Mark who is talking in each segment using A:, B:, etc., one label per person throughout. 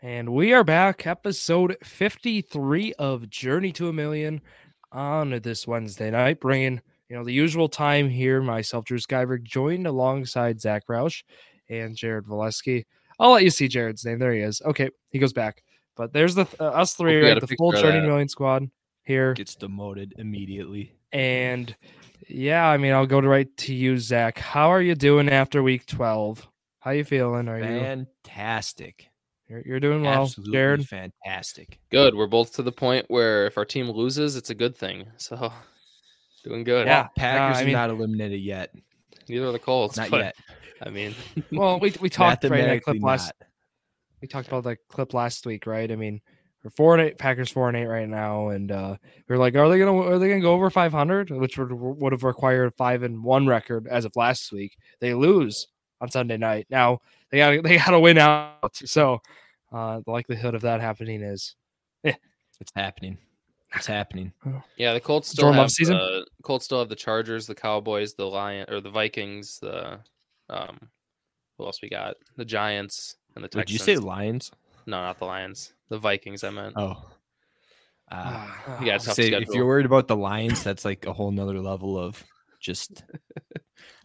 A: And we are back, episode 53 of Journey to a Million on this Wednesday night, bringing, you know, the usual time here. Myself, Drew Skyberg, joined alongside Zach Roush and Jared Valesky. I'll let you see Jared's name. There he is. Okay, he goes back. But there's the uh, us three,
B: Hope we
A: right?
B: got a
A: The
B: picture
A: full
B: of
A: Journey to a
B: that.
A: Million squad here.
C: Gets demoted immediately.
A: And yeah, I mean, I'll go to right to you, Zach. How are you doing after week 12? How you feeling? Are you
C: Fantastic.
A: you're, you're doing well,
C: Absolutely
A: Jared?
C: fantastic.
B: Good. We're both to the point where if our team loses, it's a good thing. So doing good.
A: Yeah. uh,
C: Packers
A: I
C: are
A: mean-
C: not eliminated yet.
B: Neither are the Colts.
C: Not
B: but,
C: yet.
B: I mean,
A: Well, we we talked right in that clip
C: Mathematically
A: last
C: not.
A: we talked about that clip last week, right? I mean, we're four and eight, Packers four and eight right now, and uh, we were like, are they gonna are they gonna go over five hundred? Which would would have required a five and one record as of last week. They lose on Sunday night. Now they got they got to win out, so uh, the likelihood of that happening is
C: It's happening. It's happening.
B: yeah, the Colts still
A: Jordan Love
B: have
A: season?
B: the Colts still have the Chargers, the Cowboys, the Lion or the Vikings, the um, who else we got? The Giants and the
C: Did
B: Texans.
C: you say Lions?
B: no? Not the Lions. The Vikings. I meant.
C: Oh. Uh,
A: Ah,
B: yeah, it's tough
C: say, if
B: schedule.
C: you're worried about the Lions, that's like a whole nother level of just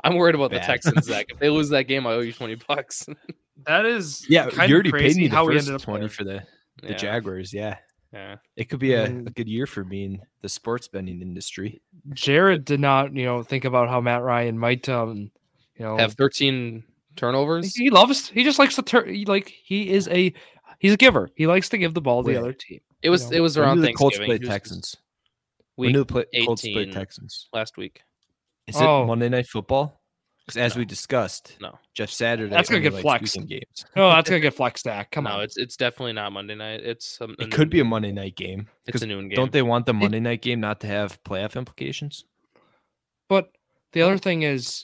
B: I'm worried about
C: Bad.
B: the Texans, Zach. If they lose that game, I owe you twenty bucks.
A: that is
C: yeah.
A: kind
C: you
A: of
C: already paid
A: crazy
C: me the
A: how we
C: first
A: ended up
C: twenty
A: there.
C: for the, the
B: yeah, Mm-hmm.
C: Jaguars. Yeah,
B: yeah.
C: it could be a, a
A: Mm.
C: good year for me in the sports betting industry.
A: Jared did not you know think about how Matt Ryan might um you
C: Oh.
A: know
B: Have thirteen turnovers.
A: He loves. He just likes to turn. he, Like he is a. He's a giver. He likes to give the ball to the
C: Wait.
A: other team.
B: It was
A: know,
B: it was
C: When
B: around
C: do the Colts
B: Thanksgiving.
C: play
B: It was
C: Texans? When
B: Week
C: do the play, Colts play
B: 18.
C: Texans?
B: last week.
C: Is
A: Oh.
C: it Monday Night Football? Because as
B: No.
C: we discussed,
B: No.
C: Jeff Saturday.
A: That's gonna
C: only
A: get
C: likes
A: flexed.
C: weekend Games.
A: Oh, that's gonna get flex stack. Come
B: no,
A: on.
B: it's it's definitely not Monday night. It's um,
C: It could be a Monday Night game.
B: it's
C: Because
B: a noon game.
C: don't they want the Monday Night game not to have playoff implications?
A: but the other thing is,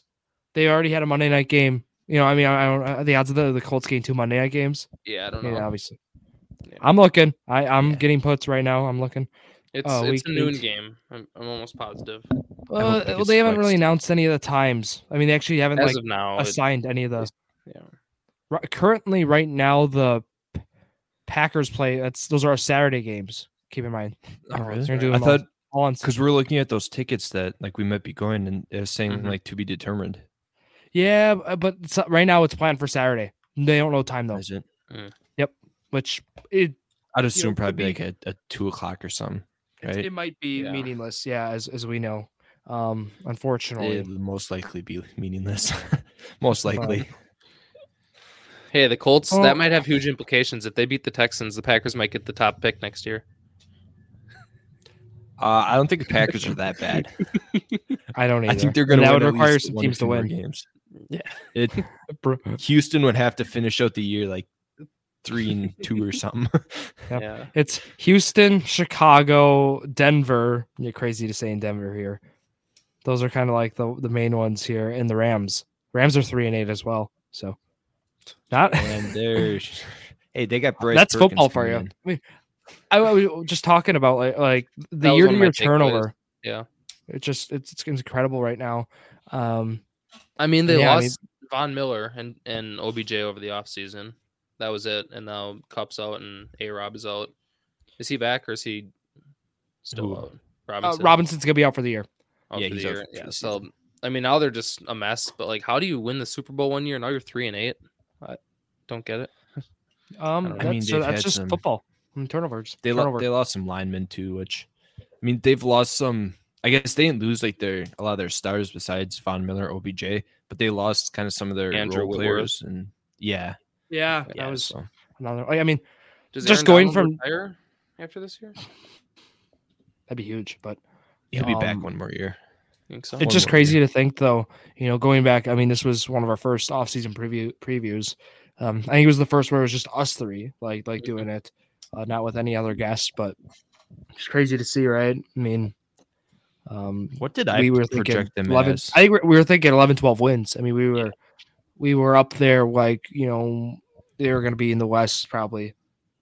A: they already had a Monday night game. You know, I mean, I, I don't. uh, The odds of the, the Colts getting two Monday night games.
B: Yeah, I don't know.
A: Yeah, obviously.
B: Yeah.
A: I'm looking. I I'm
C: Yeah.
A: getting puts right now. I'm looking.
B: It's
A: Oh,
B: it's a
A: week
B: noon
A: 18.
B: game. I'm, I'm almost positive.
A: Uh,
C: hope it
A: well,
C: gets
A: they haven't really
C: flexed.
A: announced any of the times. I mean, they actually haven't
B: As
A: like
B: of now, it-
A: assigned any of the.
B: yeah.
A: Ri- Currently, right now, the P- Packers play. That's those are our Saturday games. Keep in mind,
C: Oh,
A: They're
C: really?
A: doing
C: I
A: all-
C: thought
A: all on
C: because we're looking at those tickets that like we might be going and they're saying
B: Mhm.
C: like to be determined.
A: Yeah, b- uh, but it's- right now it's planned for Saturday. They don't know time though,
C: Is it?
A: which it
C: I'd
A: it
C: assume
A: could
C: probably
A: be-
C: like a, a two o'clock or something,
A: it's-
C: right?
A: it might be
B: Yeah.
A: meaningless. Yeah, as as we know, um, unfortunately.
C: It would most likely be meaningless. most
A: But-
C: likely.
B: Hey, the Colts
A: Well-
B: that might have huge implications. If they beat the Texans, the Packers might get the top pick next year.
C: Uh, I don't think the Packers are that bad.
A: I don't either.
C: I think they're going to.
A: That would require some teams to win.
C: games.
B: Yeah.
C: it,
A: Bro-
C: Houston would have to finish out the year like three and two or something.
A: Yep.
B: Yeah,
A: It's Houston, Chicago, Denver. You're crazy to say in Denver here. Those are kind of like the the main ones here, and the Rams. Rams are three and eight as well. So, not
C: and there's hey, they got Bryce.
A: that's
C: Perkins
A: football for
C: coming
A: you. I
C: in.
A: mean, I, I was just talking about like like the
B: was
A: year to
B: one of my
A: year
B: takeaways.
A: turnover.
B: Yeah.
A: it just it's, it's incredible right now. Um,
B: I mean they
A: Yeah, I mean-
B: lost Von Miller and and OBJ over the offseason. That was it. And now Cup's out and A Rob is out. Is he back or is he still
C: Who?
B: out?
A: uh,
B: Robinson.
A: Robinson's gonna be out for the year.
B: out
C: Yeah,
B: for the
C: he's out
B: year.
C: for the
B: Yeah.
C: season.
B: So I mean, now they're just a mess. But like, how do you win the Super Bowl one year? Now you're three and eight. I don't get it.
A: Um,
B: don't know.
A: that's,
C: I mean,
A: so
C: they've
A: that's
C: had
A: just
C: some-
A: football and turnovers.
C: They lo-
A: turnover.
C: they lost some linemen too, which I mean they've lost some. I guess they didn't lose like their a lot of their stars besides Von Miller, OBJ, but they lost kind of some of their
B: Andrew
C: role
B: Whitworth.
C: players and yeah,
A: yeah,
C: yeah,
A: that was
C: so.
A: another. Like, I mean,
B: Does
A: Just
B: Aaron
A: going
B: Donald
A: from-
B: retire after this year.
A: that'd be huge, but
C: he'll be back
A: um,
C: one more year.
B: think so.
A: it's
C: One
A: just
C: more
A: crazy to think though. You know, going back, I mean, this was one of our first offseason preview previews. Um, I think it was the first where it was just us three, like like
B: Mhm.
A: doing it, uh, not with any other guests. But it's crazy to see, right? I mean, um,
C: What did I
A: we were thinking
C: project them
A: 11
C: as?
A: i think we we were thinking 11 12 wins i mean we were we were up there like you know they were going to be in the west probably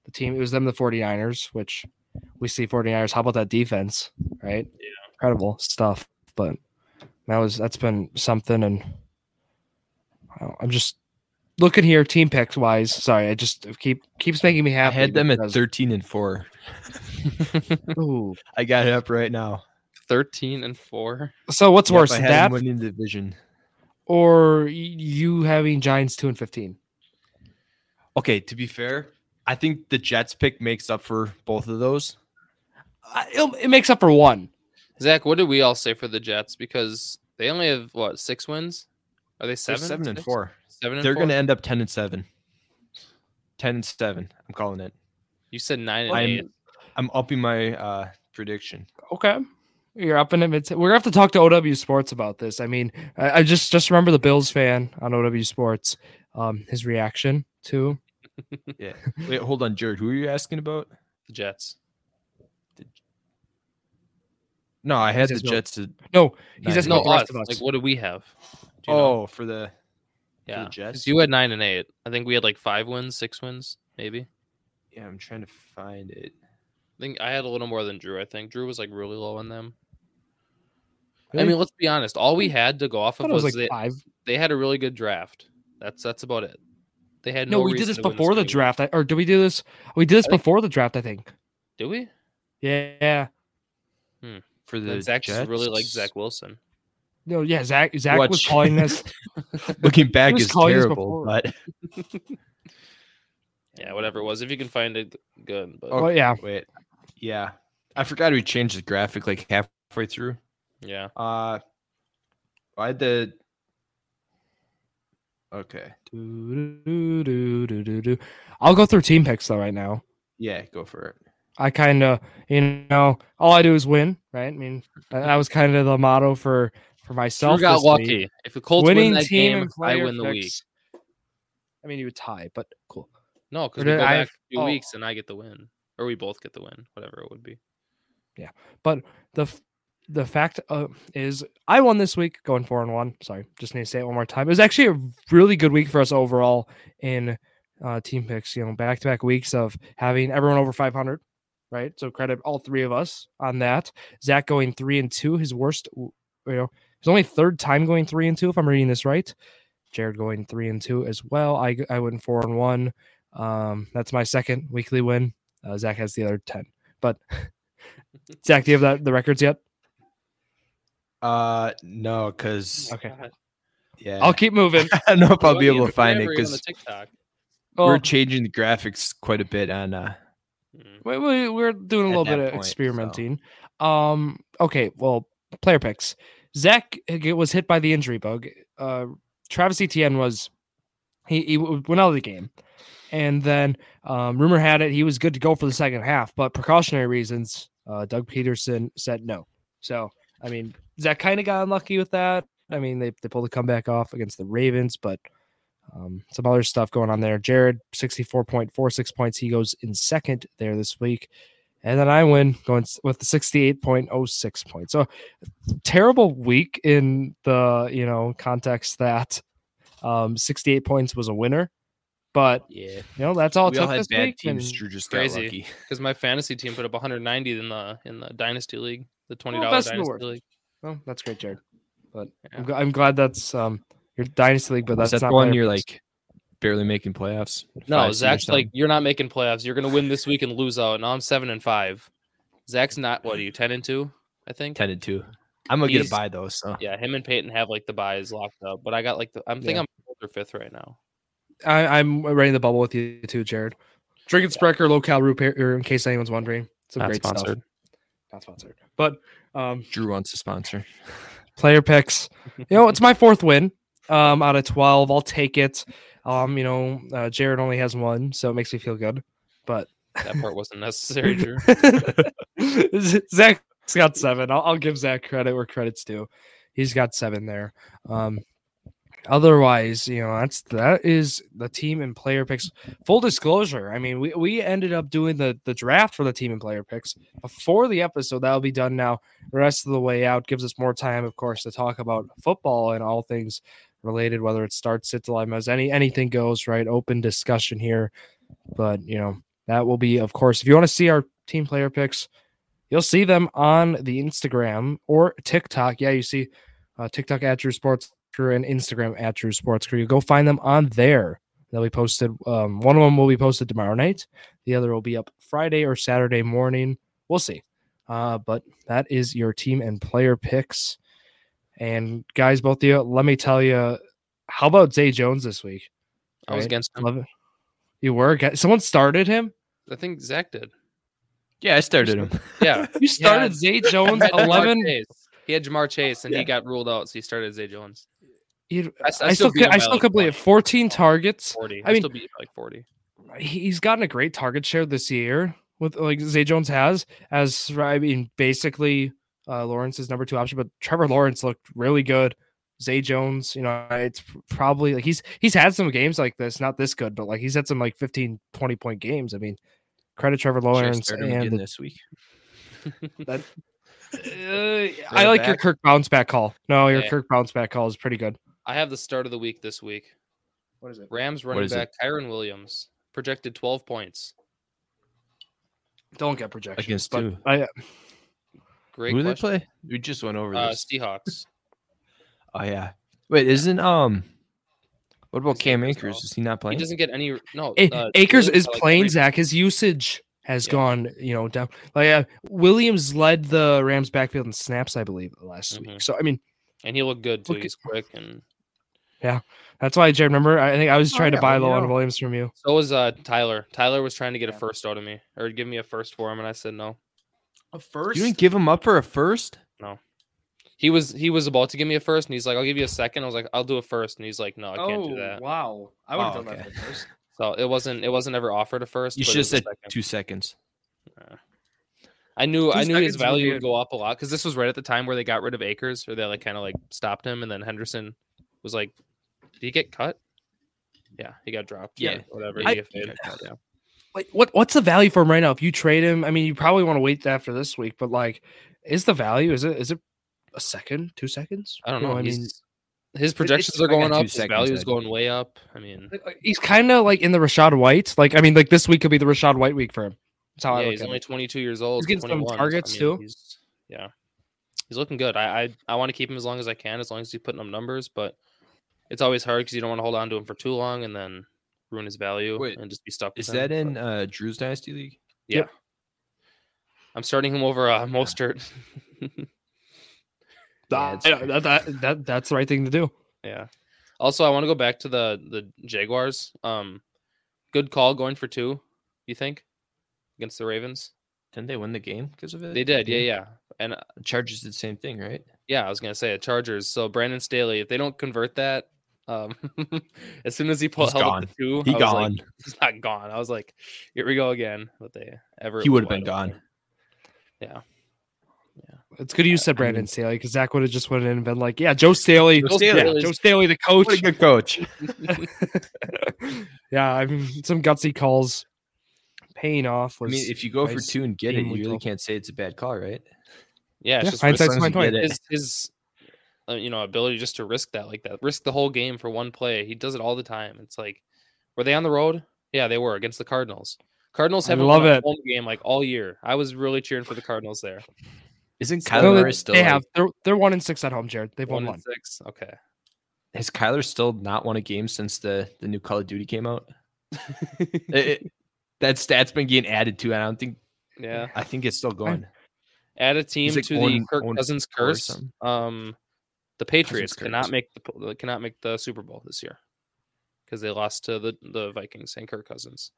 A: the team it was them the 49ers which we see 49ers how about that defense right yeah. incredible stuff but that was that's been something and I don't- i'm just looking here, team picks wise. Sorry, I just it keep keeps making me
C: I
A: happy.
C: had them at
A: because-
C: 13 and 4.
A: Ooh.
C: I got it up right now.
B: Thirteen and four.
A: So what's
C: Yep,
A: worse,
C: I had
A: that
C: them winning the division.
A: or y- you having Giants two and fifteen?
C: Okay, to be fair, I think the Jets pick makes up for both of those.
A: I- it'll- It makes up for one.
B: Zach, what did we all say for the Jets? Because they only have what six wins? Are they
C: They're
B: seven?
C: Seven, and
B: Six?
C: four.
B: Seven and
C: They're
B: four?
C: going to end up 10 and 7. 10 and 7. I'm calling it.
B: You said nine and eight.
C: I'm I'm upping my uh prediction.
A: Okay. You're up in the mid. We're gonna have to talk to OW Sports about this. I mean, I, I just just remember the Bills fan on OW Sports, um, his reaction to
C: Wait, hold on, Jared. Who are you asking about?
B: The Jets.
C: No, I had the
A: says no.
C: Jets to
A: no,
C: Nine
A: he's just
C: and
B: No,
A: not
C: eight.
A: the rest
B: us.
A: of us.
B: Like, what do we have? Do you know?
C: Oh, for the for the
B: yeah. 'cause
C: Jets?
B: you had nine and eight. I think we had like five wins, six wins, maybe. I
C: yeah, I'm trying to find it.
B: think I had a little more than Drew. I think Drew was like really low on them. I
A: Really?
B: mean, let's be honest. All we had to go
A: I
B: off
A: thought
B: of
A: it
B: was,
A: was like
B: they,
A: five.
B: they had a really good draft. That's that's about it. They had
A: No,
B: no
A: we did
B: reason
A: this
B: to win
A: before the
B: game.
A: draft, I- or did we do this? We did this
B: I think-
A: before the draft, I think.
B: Do we?
A: Yeah.
C: For the
B: Then Zach just
C: Jets?
B: really liked Zach Wilson.
A: No, yeah. Zach Zach was
C: Watch.
A: calling this.
C: Looking back
A: was
C: is
A: calling this
C: terrible,
A: before.
C: but
B: Yeah, whatever it was. If you can find it, good. But
C: Oh,
A: Well, yeah.
C: Wait. Yeah. I forgot we changed the graphic like halfway through.
B: yeah,
C: Uh I had the Okay.
A: Doo-doo-doo-doo-doo-doo. I'll go through team picks though right now.
C: Yeah, go for it.
A: I kind of, you know, all I do is win, right? I mean, that that was kind of the motto for for myself.
B: Drew got
A: this week.
B: lucky. If the Colts win
A: Winning
B: that
A: team
B: game,
A: and
B: I
A: player
B: win the week.
A: picks. I mean, you would tie, but cool.
B: No,
A: Or
B: because we
A: did
B: go
A: I
B: back
A: have-
B: two
A: oh.
B: weeks and I get the win, or we both get the win, whatever it would be.
A: The f- the fact uh, is, I won this week, going four and one. Sorry, just need to say it one more time. It was actually a really good week for us overall in uh, team picks. You know, back to back weeks of having everyone over five hundred, right? So credit all three of us on that. Zach going three and two, his worst, you know, his only third time going three and two, if I'm reading this right. Jared going three and two as well. I g- I went four and one. Um, that's my second weekly win. Uh, Zach has the other ten. But Zach, do you have that the records yet?
C: Uh no, cuz
A: Okay.
C: yeah.
A: I'll keep moving.
C: I don't know if I'll be
B: Well, yeah,
C: able to find it
B: whenever you're on the
C: cuz
B: TikTok.
A: Well,
C: we're changing the graphics quite a bit on uh
B: Mm.
A: we, we, we're doing a
C: at
A: little
C: that
A: bit of
C: point, so.
A: experimenting. Um, okay, well, player picks. Zach h- was hit by the injury bug. Uh, Travis Etienne was he, he w- went out of the game, and then um, rumor had it he was good to go for the second half, but precautionary reasons, uh, Doug Peterson said no. So I mean, Zach kind of got unlucky with that. I mean, they they pulled a comeback off against the Ravens, but Um, some other stuff going on there. Jared, 64.46 points. He goes in second there this week. And then I win going s- with the 68.06 points. So terrible week in the, you know, context that um, 68 points was a winner. But,
C: yeah.
A: you know, that's all it
C: we all
A: took
C: had
A: this
C: bad
A: week.
C: teams.
A: and-
C: Drew just
B: Crazy.
C: got lucky.
B: Because my fantasy team put up 190 in the in the dynasty league, the twenty dollar
A: best in the
B: dynasty
A: world.
B: league.
A: well, that's great, Jared. But
B: Yeah.
A: I'm, gl- I'm glad that's um, your dynasty league, but
C: Was
A: that's
C: that
A: not
C: the one
A: player
C: you're
A: picks.
C: like barely making playoffs?
B: No,
C: Five seed or
B: Zach's
C: something?
B: like, you're not making playoffs. You're gonna win this week and lose out. Now I'm seven and five. Zach's not. What are you ten and two? I think.
C: ten and two. I'm gonna get
B: He's-
C: a buy though. So
B: Yeah, him and Peyton have like the buys locked up, but I got like the. I'm thinking
A: Yeah.
B: I'm fourth or fifth right now.
A: I, I'm right in the bubble with you too, Jared. Drinking Sprecher, low cal root beer, in case anyone's wondering. Some great stuff. Not sponsored. But um,
C: Drew wants to sponsor.
A: player picks. You know, it's my fourth win um, out of 12. I'll take it. Um, you know, uh, Jared only has one, so it makes me feel good. But
B: That part wasn't necessary, Drew.
A: Zach's got seven. I'll, I'll give Zach credit where credit's due. He's got seven there. Um, otherwise, you know, that's that is the team and player picks. Full disclosure, I mean, we, we ended up doing the the draft for the team and player picks before the episode. That'll be done now. The rest of the way out gives us more time, of course, to talk about football and all things related, whether it starts, sit dilemmas, any anything goes, right? Open discussion here. But you know, that will be, of course, if you want to see our team player picks, you'll see them on the Instagram or TikTok. Yeah, you see uh, TikTok at Drew Sports Crew and Instagram at Drew Sports Crew. Go find them on there. They'll be posted. Um, one of them will be posted tomorrow night. The other will be up Friday or Saturday morning. We'll see. Uh, but that is your team and player picks. And guys, both of you, let me tell you, how about Zay Jones this week?
B: I was
A: Right.
B: against him.
A: Love it. You were ag- someone started him.
B: I think Zach did.
C: Yeah, I started him.
B: Yeah.
A: You started Zay Jones
B: I had Ja'Marr
A: eleven.
B: Chase. He had Jamar Chase and
C: Yeah.
B: he got ruled out, so he started Zay Jones.
A: You-
B: I, s-
A: I still,
B: beat him
A: ca- I
B: by,
A: still
B: like,
A: could believe it.
B: 20,
A: Fourteen targets.
B: 40.
A: I
B: I,
A: mean-
B: still beat him by, like forty.
A: he- he's gotten a great target share this year with like Zay Jones has as I mean basically uh, Lawrence's number two option, but Trevor Lawrence looked really good. Zay Jones, you know, it's p- probably like he's he's had some games like this, not this good, but like he's had some like 15, 20 point games. I mean, credit Trevor Lawrence and the-
C: this week.
A: Uh, I like your
B: back.
A: Kirk bounce back call. No, your
B: Yeah.
A: Kirk bounce back call is pretty good.
B: I have the start of the week this week.
A: What is it?
B: Rams running
C: is it?
B: back Kyron Williams projected twelve points.
A: Don't get projections.
C: Against
A: but
C: who?
A: I,
B: Great
C: Who do they
B: question.
C: play? We just went over
B: Uh,
C: this.
B: Seahawks.
C: Oh yeah. Wait, isn't um what about
B: He's
C: Cam
B: injured as
C: Akers?
B: well.
C: Is he not
B: he
C: playing?
B: doesn't get any. No,
A: A-
B: uh,
A: Akers
B: Williams
A: is
B: got, like,
A: playing
B: three-
A: Zach. His usage has
B: Yeah.
A: gone, you know, down. Like uh, Williams led the Rams backfield in snaps, I believe, last week.
B: Mhm.
A: So I mean,
B: and he looked good too.
A: Look at-
B: He's quick, and
A: that's why Jared. Remember, I think I was
C: Oh,
A: trying
C: yeah,
A: to buy
C: well, you
A: Lon
C: know.
A: Williams from you.
B: so was uh, Tyler. Tyler was trying to get a
A: Yeah.
B: first out of me or give me a first for him, and I said no.
A: A first,
C: You didn't give him up for a first?
B: He was he was about to give me a first, and he's like, "I'll give you a second. I was like, "I'll do a first. and he's like, "No, I can't
A: Oh.
B: do that."
A: wow! I
C: would've Oh, done that okay.
A: that first.
B: So it wasn't it wasn't ever offered a first.
C: You
B: but it
C: should have
B: was a
C: said
B: second.
C: two seconds.
B: I knew I
A: two
B: knew
A: seconds
B: his
A: would be
B: value
A: good.
B: would go up a lot because this was right at the time where they got rid of Akers, or they like kind of like stopped him, and then Henderson was like, "Did he get cut?" Yeah, he got dropped. or
C: Yeah.
B: whatever.
C: I-
B: he got faded. yeah.
A: Like, what what's the value for him right now? If you trade him, I mean, you probably want to wait after this week. But like, is the value? Is it is it a second, two seconds?
B: I don't
A: You
B: know.
A: I
B: he's,
A: mean,
B: his projections are
C: I got
B: going
C: two
B: up. His
C: seconds,
B: value is
C: Ed.
B: going way up. I mean,
A: Like, like, He's kind of like in the Rashad White. Like I mean, like this week could be the Rashad White week for him. That's how I
B: yeah,
A: look
B: he's
A: at it.
B: only 22 years old.
A: getting some
B: 21, so,
A: targets, too.
B: He's, yeah, he's looking good. I I, I want to keep him as long as I can, as long as he's putting up numbers. But it's always hard because you don't want to hold on to him for too long and then ruin his value
C: Wait,
B: and just be stuck.
C: Is
B: with him,
C: that
B: but
C: in uh Drew's Dynasty League?
B: Yeah.
A: Yep.
B: I'm starting him over uh, Mostert.
C: Yeah,
A: Uh,
C: it's
A: yeah, that, that, that, that's the right thing to do.
B: yeah. Also, I want to go back to the the Jaguars. Um, good call going for two. You think against the Ravens?
C: Didn't they win the game because of it?
B: They did. Yeah, yeah. And uh,
C: The Chargers did the same thing, right?
B: yeah, I was gonna say Chargers. So Brandon Staley, if they don't convert that, um, as soon as he pulled
C: He's
B: held up the two,
C: He
B: I was like,
C: gone.
B: he's not gone. I was like, here we go again. But they ever
C: he would have been gone.
A: It's good you said
C: I
A: Brandon
C: mean-
A: Staley because Zach would have just went in and been like, "Yeah, Joe Staley,
C: Joe Staley
A: yeah,
B: is-
A: Joe Staley, the coach."
C: good coach.
A: yeah, I mean, some gutsy calls paying off.
C: I
A: Was,
C: mean, if you go for
A: nice
C: two and get it,
A: team
C: you really
A: result.
C: can't say it's a bad call, right?
B: Yeah, it's
A: Yeah,
B: just
A: hindsight's
B: risking-
A: That's my point.
B: his his uh, you know ability just to risk that like that risk the whole game for one play he does it all the time it's like were they on the road yeah they were against the cardinals cardinals
A: I
B: haven't
A: love
B: won a
A: it.
B: home game like all year i was really cheering for the cardinals there
C: Isn't
B: So-
A: I
C: Kyler
A: know that
C: Murray still?
A: they
C: like-
A: have they're they're one and six at home, Jared. They've
B: one
A: won
B: and
A: one.
B: six okay
C: has Kyler still not won a game since the the new Call of Duty came out? It- it- that stat's been getting added to. it. I don't think.
B: yeah
C: I think it's still going.
B: add a team
C: like,
B: to the
C: own-
B: kirk
C: own
B: cousins
C: four or
B: curse
C: something.
B: um the patriots cannot
C: curse.
B: make the po- cannot make the super bowl this year because they lost to the the vikings and kirk cousins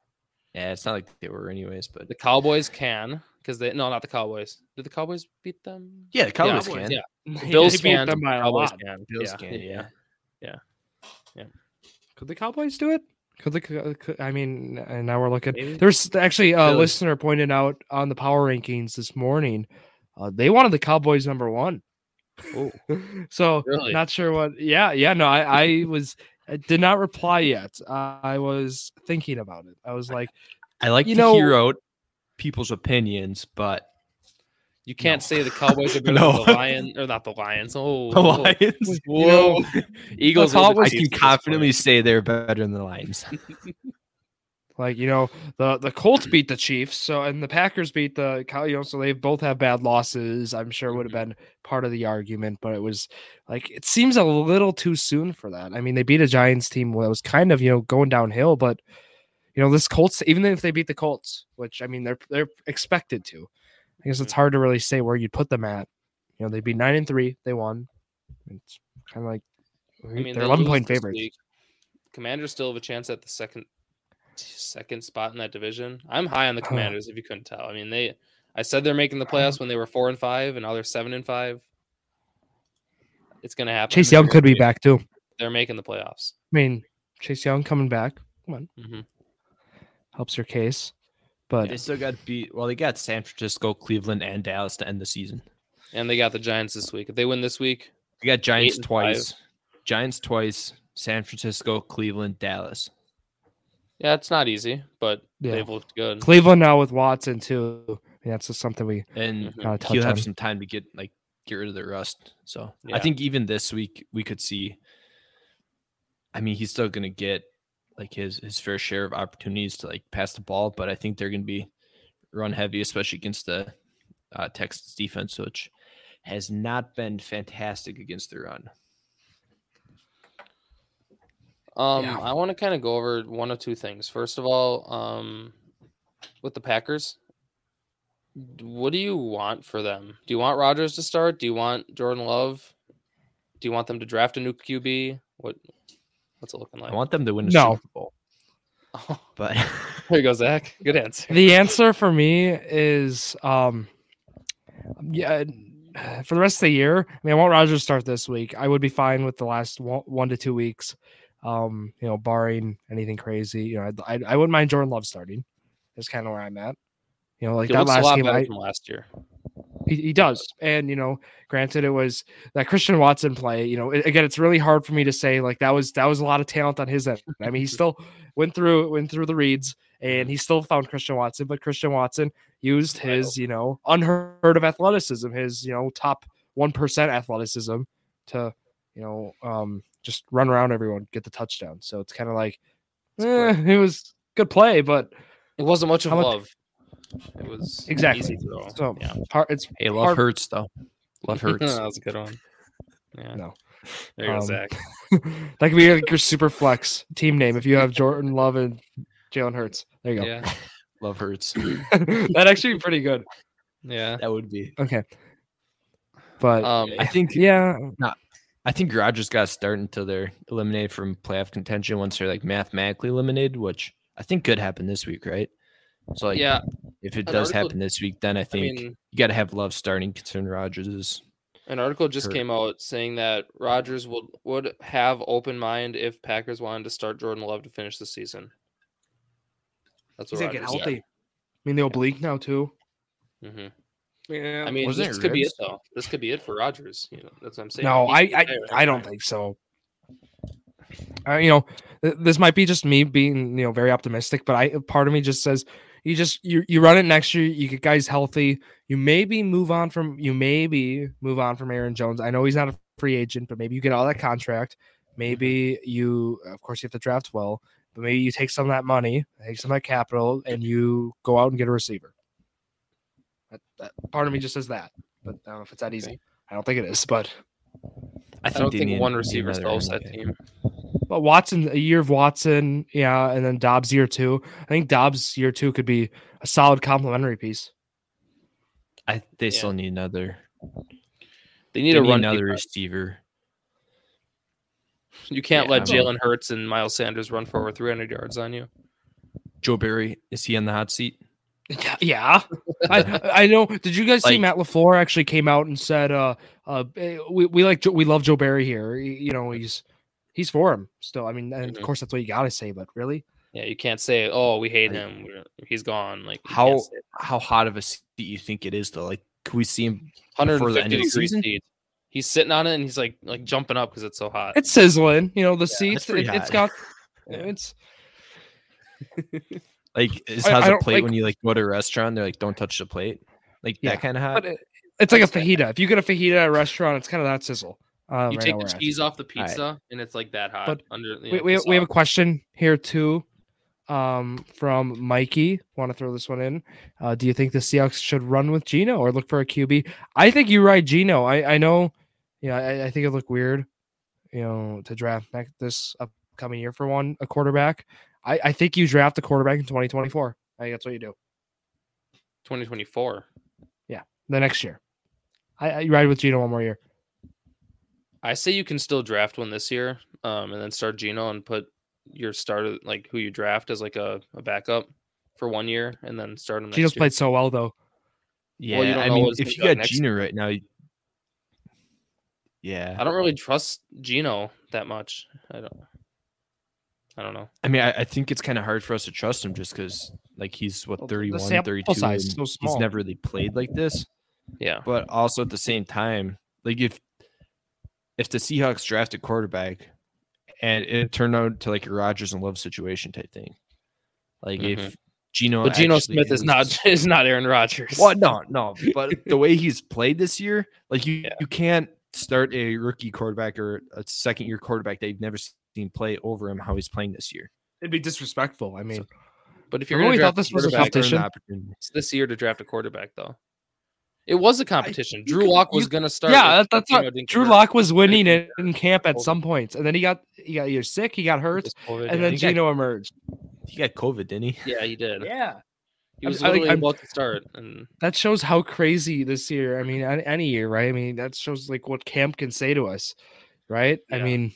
C: Yeah, it's not like they were anyways, but
B: The Cowboys can because they no, not the Cowboys. Did the Cowboys beat them?
C: yeah, the Cowboys
A: Cowboys,
C: can.
B: Yeah,
A: They
B: the Bills
A: beat
B: can.
A: them by a
B: Cowboys
A: lot.
B: can.
C: Bills
B: yeah.
C: can, yeah.
A: Could the Cowboys do it? Could the Co- could, I mean, and now we're looking.
B: Maybe.
A: There's actually a
C: Philly.
A: listener pointed out on the power rankings this morning. Uh, they wanted the Cowboys number one.
B: Oh.
A: so
B: Really?
A: not sure what. Yeah, yeah. No, I, I was I did not reply yet. I was thinking about it. I was like,
C: I like
A: You
C: to
A: know-
C: hear out people's opinions, but
B: You can't
C: No.
B: say the Cowboys are better
C: No.
B: than the Lions or not the Lions. Oh,
C: the
B: oh.
C: Lions.
A: you know,
B: Eagles.
A: The
B: are the
A: Cowboys
B: Chiefs at
C: I can
B: this point.
C: confidently say they're better than the Lions.
A: Like you know, the the Colts beat the Chiefs, so and the Packers beat the Cow- you know, so they both have bad losses. I'm sure would have
B: Mm-hmm.
A: been part of the argument, but it was like it seems a little too soon for that. I mean, they beat a Giants team that was kind of you know going downhill, but you know this Colts, even if they beat the Colts, which I mean they're they're expected to. I guess
B: Mm-hmm.
A: it's hard to really say where you'd put them at. You know, they'd be nine and three, they won. It's kind of like
B: I mean,
A: they're
B: they
A: eleven
B: lose
A: point
B: this
A: favorites.
B: week. Commanders still have a chance at the second second spot in that division. I'm high on the
A: Huh.
B: Commanders, if you couldn't tell. I mean, they I said they're making the playoffs when they were four and five, and now they're seven and five. It's gonna happen.
A: Chase
B: They're
A: Young could be
B: making-
A: back too. I
B: They're making the playoffs.
A: mean, Chase Young coming back. Come on,
B: Mhm.
A: helps your case. But
C: They still got beat. Well, they got San Francisco, Cleveland, and Dallas to end the season.
B: And they got the Giants this week. If they win this week,
C: They got Giants
B: and five.
C: twice, Giants twice, San Francisco, Cleveland, Dallas.
B: yeah, it's not easy, but
A: Yeah.
B: they've looked good.
A: Cleveland now with Watson too. I mean, that's just something we
C: and
B: Mhm.
A: gotta touch
C: he'll
A: on.
C: have some time to get like get rid of the rust. So
B: Yeah.
C: I think even this week we could see. I mean, he's still gonna get like his his fair share of opportunities to like pass the ball, but I think they're gonna be run heavy, especially against the uh, Texas defense, which has not been fantastic against the run.
B: Um,
A: Yeah.
B: I want to kind of go over one of two things. First of all, um, with the Packers, d- what do you want for them? Do you want Rodgers to start? Do you want Jordan Love? Do you want them to draft a new QB? What, what's it looking like?
C: I want them to win a
A: No.
C: Super Bowl,
B: Oh,
C: but
B: there you go, Zach. Good answer.
A: The answer for me is um yeah for the rest of the year. I mean, I want Rogers to start this week. I would be fine with the last one, one to two weeks. Um, you know, barring anything crazy, you know, I'd, I I wouldn't mind Jordan Love starting. That's kind of where I'm at. You know, like
B: He
A: that
B: looks a
A: last
B: lot
A: game,
B: better
A: I,
B: from last year.
A: He, he does. And, you know, granted it was that Christian Watson play, you know, a- again, it's really hard for me to say like that was that was a lot of talent on his end. I mean, he still went through went through the reads and he still found Christian Watson, but Christian Watson used his, you know, unheard of athleticism, his, you know, top 1% athleticism to, you know, um just run around everyone, get the touchdown. So it's kind of like
B: It's
A: eh, it was good play, but
B: It wasn't much of
A: How much-
B: love. It was an
A: Exactly.
B: easy throw.
A: So-
B: yeah,
A: hard, it's
C: hey, love
A: Hard-
C: hurts though. Love hurts.
B: that was a good one. Yeah.
A: No.
B: There you go,
A: Um,
B: Zach.
A: that could be like your super flex team name if you have Jordan Love and Jalen Hurts. There you go.
B: Yeah.
C: love hurts.
A: That'd actually be pretty good.
B: Yeah.
C: that would be.
A: Okay. But
B: Um,
C: I think
A: yeah,
C: I think Rodgers got to start until they're eliminated from playoff contention once they're like mathematically eliminated, which I think could happen this week, right? So like,
B: yeah.
C: if it
B: an
C: does
B: article-
C: happen this week, then I
B: I
C: think
B: mean,
C: you got to have Love starting. Concern Rodgers is
B: An article just
C: Hurt.
B: came out saying that Rodgers would would have open mind if Packers wanted to start Jordan Love to finish the season. That's what Rodgers said.
A: I mean, the oblique now too.
B: Mhm.
A: Yeah.
B: I mean,
C: Wasn't
B: this
C: it
B: could be it
C: ribs?
B: though. This could be it for Rodgers. You know, that's what I'm saying.
A: no, I,
B: He-
A: I, I don't think so. Uh, you know, th- this might be just me being, you know, very optimistic, but I part of me just says you just you you run it next year, you get guys healthy, you maybe move on from you maybe move on from Aaron Jones. I know he's not a free agent, but maybe you get all that contract. Maybe
B: Mm-hmm.
A: you, of course, you have to draft well, but maybe you take some of that money, take some of that capital, and you go out and get a receiver. That, that part of me just says that, but I don't know if it's that easy. I don't think it is, but
B: I don't
C: they
B: think
C: need-
B: one
C: need
B: receiver
C: another
B: solves
C: running
B: that
C: back.
B: team.
A: But Watson, a year of Watson, yeah, and then Dobbs year two. I think Dobbs year two could be a solid complementary piece.
C: I they
B: Yeah.
C: still need another.
B: They
C: Need,
B: need a run.
C: another
B: defense.
C: receiver.
B: You can't
C: Yeah,
B: let
C: I'm
B: Jalen Hurts and Miles Sanders run for over 300 yards on you.
C: Joe Barry is he on the hot seat?
A: Yeah, I I know. Did you guys see
C: Like-
A: Matt Lafleur actually came out and said, "Uh, uh, eh, we, we like Joe, we love Joe Barry here. Y- You know, he's he's for him still. I mean, and of
B: Mhm.
A: course that's what you gotta say. But really,
B: Yeah, you can't say, "Oh, we hate
C: Like-
B: him. We're- He's gone." Like you can't
C: How
B: say that.
C: how hot of a seat you think it is though? Like, could we see him? before the end
B: 150
C: of the
B: degree
C: season?
B: seat. He's sitting on it and he's like like jumping up because it's so hot.
A: it's sizzling. You know, the
C: That's
A: seats.
C: pretty
A: It, it's got
C: hot.
A: it's
C: Like, is
A: I-
C: how's
A: I
C: a
A: don't
C: plate
A: like-
C: when you like go to a restaurant? They're like, don't touch the plate. Like
A: Yeah,
C: that kind of hot.
A: but it, it's like a fajita. If you get a fajita at a restaurant, it's kind of that sizzle. Uh,
B: you
A: right
B: take
A: now
B: the
A: we're at.
B: cheese off the
C: right.
B: pizza and it's like that hot
A: But
B: under you
A: we,
B: know,
A: we,
B: the
A: we have a
B: sauce.
A: question here too um, from Mikey. Want to throw this one in? Uh, do you think the Seahawks should run with Gino or look for a QB? I think you ride Gino. I, I know, you know, I, I think it looked weird, you know, to draft next, this upcoming year for one a quarterback. I, I think you draft a quarterback in 2024. I think that's what you do
B: 2024.
A: the next year. I, I you ride with Gino one more year.
B: I say you can still draft one this year, um, and then start Gino and put your starter like who you draft as like a, a backup for one year, and then start him. Next
A: Gino's
B: year.
A: played so well though.
C: Yeah,
B: Well, you don't
C: I
B: know
C: mean,
B: what's
C: if you
B: gonna go
C: got
B: next.
C: Gina right now, you- yeah,
B: I don't really trust Gino that much. I don't. I don't know.
C: I mean, I, I think it's kind of hard for us to trust him just because, like, he's what
A: Well, the
C: 31,
A: sample
C: 32.
A: size is
C: and
A: so small.
C: He's never really played like this.
B: Yeah.
C: But also at the same time, like if if the Seahawks draft a quarterback and it turned out to like a Rodgers and Love situation type thing, like if Gino,
B: Mm-hmm. But Geno
C: actually
B: Smith is not is not Aaron Rodgers.
C: Well, no, no, but the way he's played this year, like you,
B: Yeah.
C: you can't start a rookie quarterback or a second year quarterback that you've never seen play over him how he's playing this year.
A: It'd be disrespectful. I mean,
B: But if you're
A: Remember we
B: going to
A: thought
B: draft
A: this
B: this
A: was a
B: quarterback,
C: Back during the
A: competition?
C: opportunity.
B: it's this year to draft a quarterback though. It was a competition. Drew
A: could-
B: Lock was
A: you-
B: going to start.
A: yeah,
B: if
A: that, that's
B: Geno
A: not,
B: didn't
A: Drew
B: convert.
A: Lock was winning it in camp at
B: Over.
A: some points, and then he got he got either sick, he got hurt,
B: Just COVID,
A: and
B: yeah.
A: then
C: he got-
A: Gino emerged.
C: He got COVID, didn't he?
B: yeah, he did.
A: Yeah,
B: He was
A: I- I-
B: literally
A: I'm-
B: about to start, and
A: that shows how crazy this year. I mean, an- any year, right? I mean, that shows like what camp can say to us, right? I
B: Yeah.
A: mean,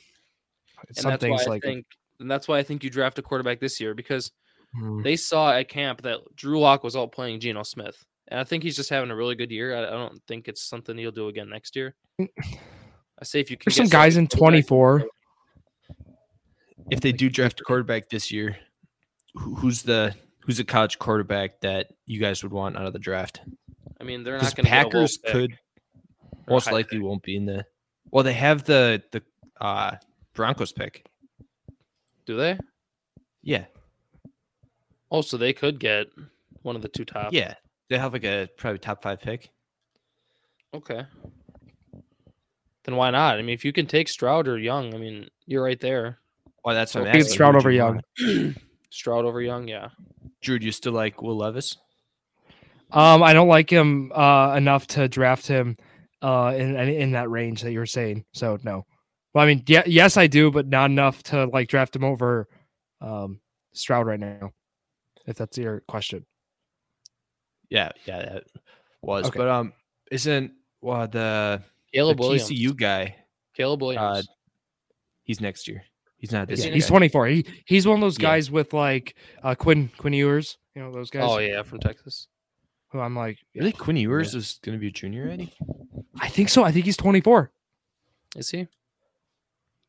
B: and
A: some
B: that's
A: things
B: why
A: like
B: I think, and that's why I think you draft a quarterback this year because
A: Hmm.
B: they saw at camp that Drew Lock was out playing Geno Smith, and I think he's just having a really good year. I, I don't think it's something he'll do again next year. I say if you can
A: Mm. there's some
B: get somebody
A: guys in
B: to quarterback-
A: 24.
C: If they do draft a quarterback this year, who- who's the who's a college quarterback that you guys would want out of the draft?
B: I mean, they're
C: Because
B: not going to
C: Packers could most likely won't be in the. Well, they have the the uh Broncos pick.
B: do they?
C: Yeah,
B: Oh, so they could get one of the two top.
C: yeah, they have like a probably top five pick.
B: Okay. Then why not? I mean, if you can take Stroud or Young, I mean, you're right there.
C: Oh, that's what I'm
B: Well, it's
C: asking.
A: Stroud
C: Who'd
A: over
C: you
A: Young.
C: want?
B: Stroud over Young, yeah.
C: Drew, do you still like Will Levis?
A: Um, I don't like him uh, enough to draft him uh, in any- in that range that you were saying. So no. Well, I mean, yeah, yes, I do, but not enough to like draft him over um, Stroud right now. If that's your question,
C: Yeah, yeah, that was.
A: Okay.
C: But um, isn't well the, the
B: Caleb Williams.
C: TCU guy?
B: Caleb Williams.
C: Uh, he's next year. He's not
B: Is
C: this
A: yeah,
B: he
C: year.
A: he's
B: okay?
A: twenty four. He he's one of those
C: Yeah.
A: guys with like uh, Quinn Quinn Ewers, you know those guys.
B: oh yeah, from Texas.
A: Who I'm like,
C: Really, Quinn Ewers is going to be a junior already?
A: I think so. I think he's twenty four.
B: Is he?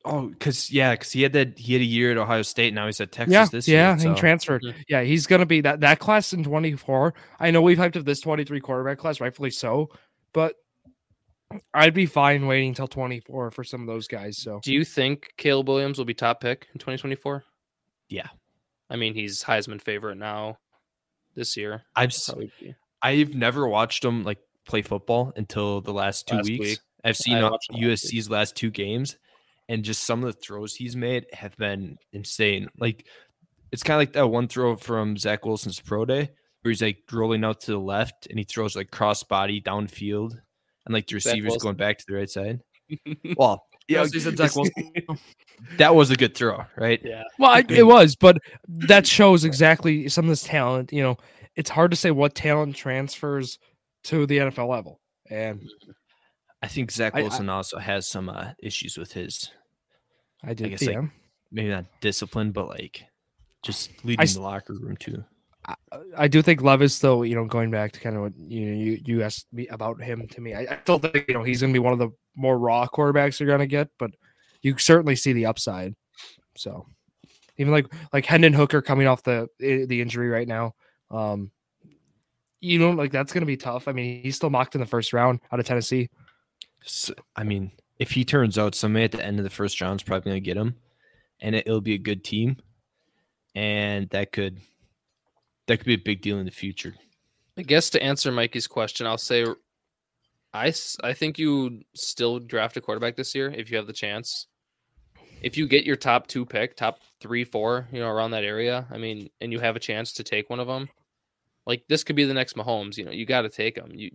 C: Oh, because yeah, because he had that he had a year at Ohio State. Now he's at Texas
A: Yeah,
C: this year.
A: yeah, he
C: so-
A: transferred.
B: Mhm.
A: Yeah, he's gonna be that that class in 24. I know we've hyped up this 23 quarterback class, rightfully so, but I'd be fine waiting till 24 for some of those guys. So
B: Do you think Caleb Williams will be top pick in 2024?
C: Yeah.
B: I mean, he's Heisman favorite now this year.
C: I've s-
B: Probably be.
C: I've never watched him like play football until the last two
B: Last
C: weeks.
B: week.
C: I've seen
B: I
C: uh,
B: watched him last week.
C: USC's last two games, and just some of the throws he's made have been insane. Like it's kind of like that one throw from Zach Wilson's pro day where he's like rolling out to the left and he throws like cross body downfield, and like the
B: Zach
C: receivers
B: Wilson.
C: going back to the right side. Well, yeah,
A: Yes, he said Zach
C: it's- that was a good throw, right?
B: Yeah.
A: well, I, it was, but that shows exactly some of this talent. You know, it's hard to say what talent transfers to the NFL level. And
C: I think Zach
A: I- I-
C: Wilson also has some uh, issues with his
A: I did
C: guess,
A: see
C: like,
A: him.
C: maybe not discipline, but like just leading
A: s-
C: the locker room too.
A: I- I do think Levis, though, you know, going back to kind of what you you, you asked me about him to me, I, I still think you know he's going to be one of the more raw quarterbacks you're going to get, but you certainly see the upside. So even like like Hendon Hooker coming off the i- the injury right now, um, you know, like that's going to be tough. I mean, he's still mocked in the first round out of Tennessee.
C: S I I mean, if he turns out somebody at the end of the first round is probably going to get him, and it, it'll be a good team, and that could that could be a big deal in the future.
B: I guess to answer Mikey's question, I'll say I, s- I think you still draft a quarterback this year if you have the chance. if you get your top two pick, top three, four, you know, around that area, I mean, and you have a chance to take one of them, like this could be the next Mahomes. You know, you got to take him. You,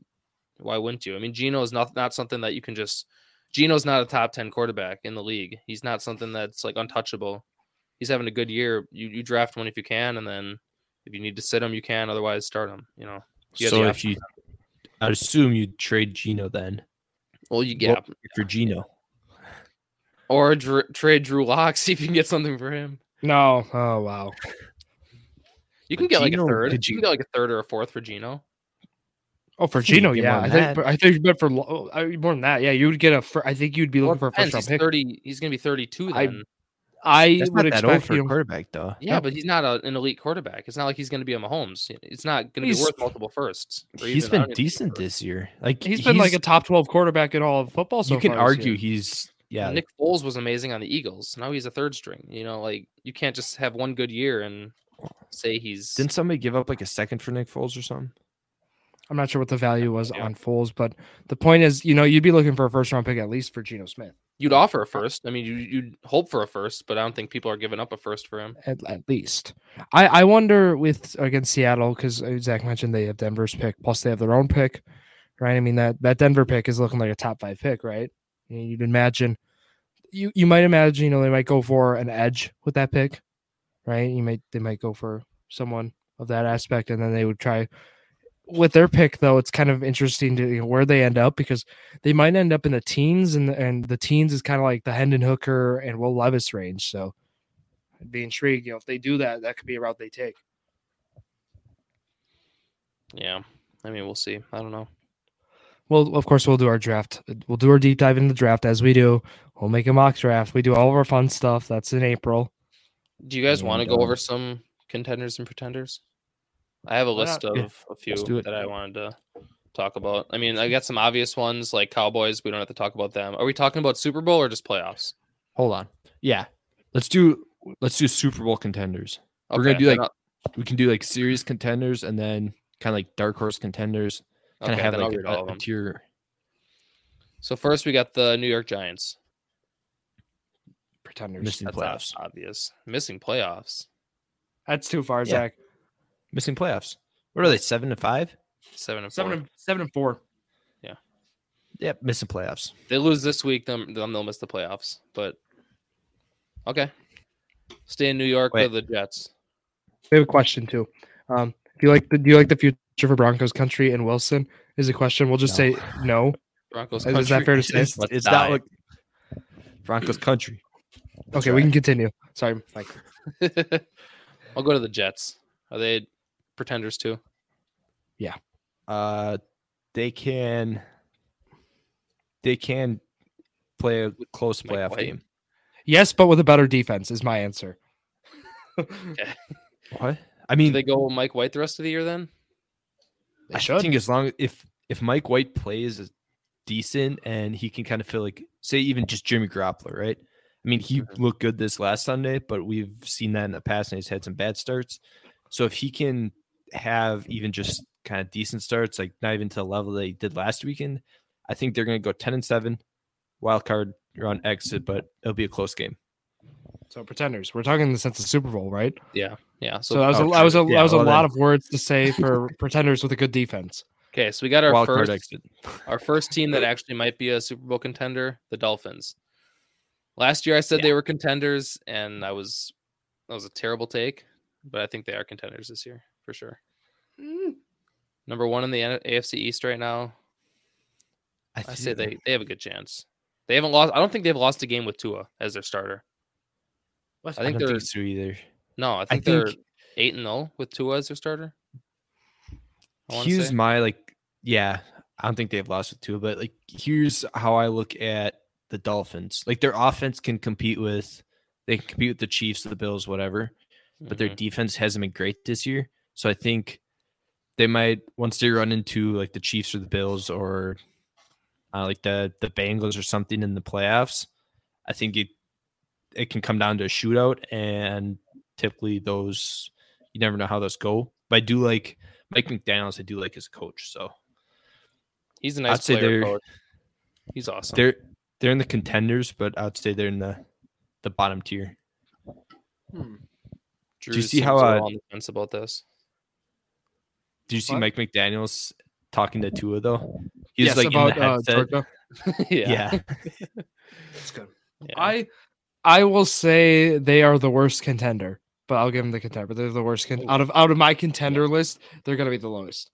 B: why wouldn't you? I mean, Gino is not not something that you can just. Gino's not a top ten quarterback in the league. He's not something that's like untouchable. He's having a good year. You you draft one if you can, and then if you need to sit him, you can. Otherwise, start him. You know. You have the
C: so if
B: option.
C: you, I assume you trade Gino then
B: well, you
C: what-
B: get
C: for Gino.
B: or Drew, trade Drew Lock. See if you can get something for him.
A: No. Oh wow.
B: You can get like a
C: Geno,
B: third.
C: did
B: you
C: you-
B: can get like a third or a fourth for Gino.
A: Oh, for
C: I think
A: Gino,
C: you'd get
A: yeah.
C: more
A: I
C: than
A: think,
C: that.
A: but I think, but for Lo- oh, I mean, more than that, yeah, you would get a. Fir- I think you'd be looking for a first
B: Depends,
A: round
B: he's
A: pick.
B: thirty. He's gonna be thirty-two
A: I-
B: then.
A: I
C: That's
A: would
C: not that old
A: expect
C: for a
A: him.
C: quarterback though.
B: yeah, but he's not a, an elite quarterback. It's not like he's gonna be a Mahomes. It's not gonna be
C: He's-
B: worth multiple firsts. or even-
C: He's
B: I
C: been
B: don't even think
C: decent
B: first.
C: this year. Like
A: he's been like a top twelve quarterback in all of football. So
C: you can
A: far this
C: argue
A: year.
C: he's yeah.
B: Nick Foles was amazing on the Eagles. Now he's a third string. You know, like you can't just have one good year and say he's.
C: Didn't somebody give up like a second for Nick Foles or something?
A: I'm not sure what the value was
B: Yeah.
A: on Foles, but the point is, you know, you'd be looking for a first round pick at least for Geno Smith,
B: You'd offer a first. I mean, you, you'd hope for a first, but I don't think people are giving up a first for him.
A: at, at least. I, I wonder with against Seattle because Zach mentioned they have Denver's pick, plus they have their own pick, right? I mean that that Denver pick is looking like a top five pick, right? I mean, you'd imagine, you you might imagine, you know, they might go for an edge with that pick, right? You might they might go for someone of that aspect, and then they would try with their pick though. It's kind of interesting to you know, where they end up because they might end up in the teens, and and the teens is kind of like the Hendon Hooker and Will Levis range. So I'd be intrigued, you know, if they do that, that could be a route they take.
B: Yeah. I mean, we'll see. I don't know.
A: Well, of course, we'll do our draft. We'll do our deep dive into the draft as we do. We'll make a mock draft. We do all of our fun stuff. That's in April.
B: Do you guys
C: And,
B: want to go
C: um,
B: over some contenders and pretenders? I have a
A: Why
B: list
A: not?
B: of
C: Yeah,
B: a few
C: do it.
B: that I wanted to talk about. I mean, I got some obvious ones like Cowboys. We don't have to talk about them. Are we talking about Super Bowl or just playoffs?
C: Hold on. Yeah. Let's do let's do Super Bowl contenders. We're gonna do,
B: then
C: like, We can do like serious contenders and then kind of like dark horse contenders.
B: I'll,
C: Kind of
B: okay,
C: have
B: then I'll
C: like
B: read
C: a,
B: all of
C: a
B: them.
C: tier.
B: So first, we got the New York Giants.
A: Pretenders.
C: Missing
B: That's ob-
C: playoffs.
B: obvious. Missing playoffs.
A: That's too far,
C: Yeah.
A: Zach.
C: Missing playoffs. What are they? Seven to five?
B: Seven and
A: Seven
B: four.
A: and seven and four.
C: Yep, missing playoffs.
B: They lose this week, then, then they'll miss the playoffs. But okay, stay in New York
C: Wait.
B: with the Jets.
A: We have a question too. Um, do you like the do you like the future for Broncos country and Wilson? Is a question. We'll just
C: No.
A: say no.
B: Broncos.
A: Is that
B: country.
A: fair to say?
C: It's,
B: Let's
C: it's not
B: die.
C: like Broncos country.
A: okay, we
C: right.
A: can continue. Sorry, Mike.
B: I'll go to the Jets. Are they pretenders too?
C: Uh they can they can play a close
B: Mike
C: playoff
B: White?
C: game.
A: Yes, but with a better defense is my answer.
C: What? I
B: Do
C: mean
B: they go Mike White the rest of the year then?
A: I
C: I
A: should.
C: think as long if if Mike White plays as decent and he can kind of feel like say even just Jimmy Garoppolo, right? I mean, he
B: Mhm.
C: looked good this last Sunday, but we've seen that in the past and he's had some bad starts. So if he can have even just kind of decent starts, like not even to the level they did last weekend, I think they're gonna go ten and seven, wild card round exit, but it'll be a close game.
A: So pretenders. We're talking in the sense of Super Bowl, right?
B: Yeah. Yeah.
A: So,
B: So,
A: that was a,
C: oh,
A: that was a
C: true.
A: that
C: Yeah,
A: was a
C: well,
A: lot
C: then-
A: of words to say for pretenders with a good defense.
B: okay, so we got our
C: wild
B: first
C: card exit.
B: our first team that actually might be a Super Bowl contender, the Dolphins. Last year I said they were contenders and I was that was a terrible take, but I think they are contenders this year for sure.
A: Mm,
B: Number 1 in the N- AFC East right now. I say
C: think-
B: they they have a good chance. They haven't lost I don't think they've lost a game with Tua as their starter.
A: What?
B: I
C: I
B: think
C: don't
B: they're
C: think so either.
B: no, I
C: I
B: think they're
C: think
B: 8 and 0 with Tua as their starter. I wanna
C: here's
B: say.
C: my like yeah i don't think they've lost with two but like here's how i look at the dolphins like their offense can compete with they can compete with the chiefs the bills whatever but their
A: Mm-hmm.
B: Mhm.
C: defense hasn't been great this year so i think they might once they run into like the chiefs or the bills or uh, like the the bengals or something in the playoffs i think it it can come down to a shootout and typically those you never know how those go but i do like Mike McDaniels, I do like his coach. So
B: He's a nice
C: say
B: player
C: they're-
B: coach. He's awesome.
C: they're they're in the contenders, but I'd say they're in the the bottom tier.
A: Hmm.
B: Drew
C: see
B: seems
C: how,
B: a little
C: uh,
B: on the fence about this?
C: Did you see
A: What?
C: Mike McDaniel's talking to Tua though? He was
A: Yes,
C: like
A: about
C: in the
A: uh,
C: headset.
A: Georgia.
B: yeah.
C: yeah.
A: It's good.
B: yeah.
A: I I will say they are the worst contender, but I'll give them the contender. They're the worst con-
B: Ooh.
A: out of out of my contender list. They're gonna be the lowest.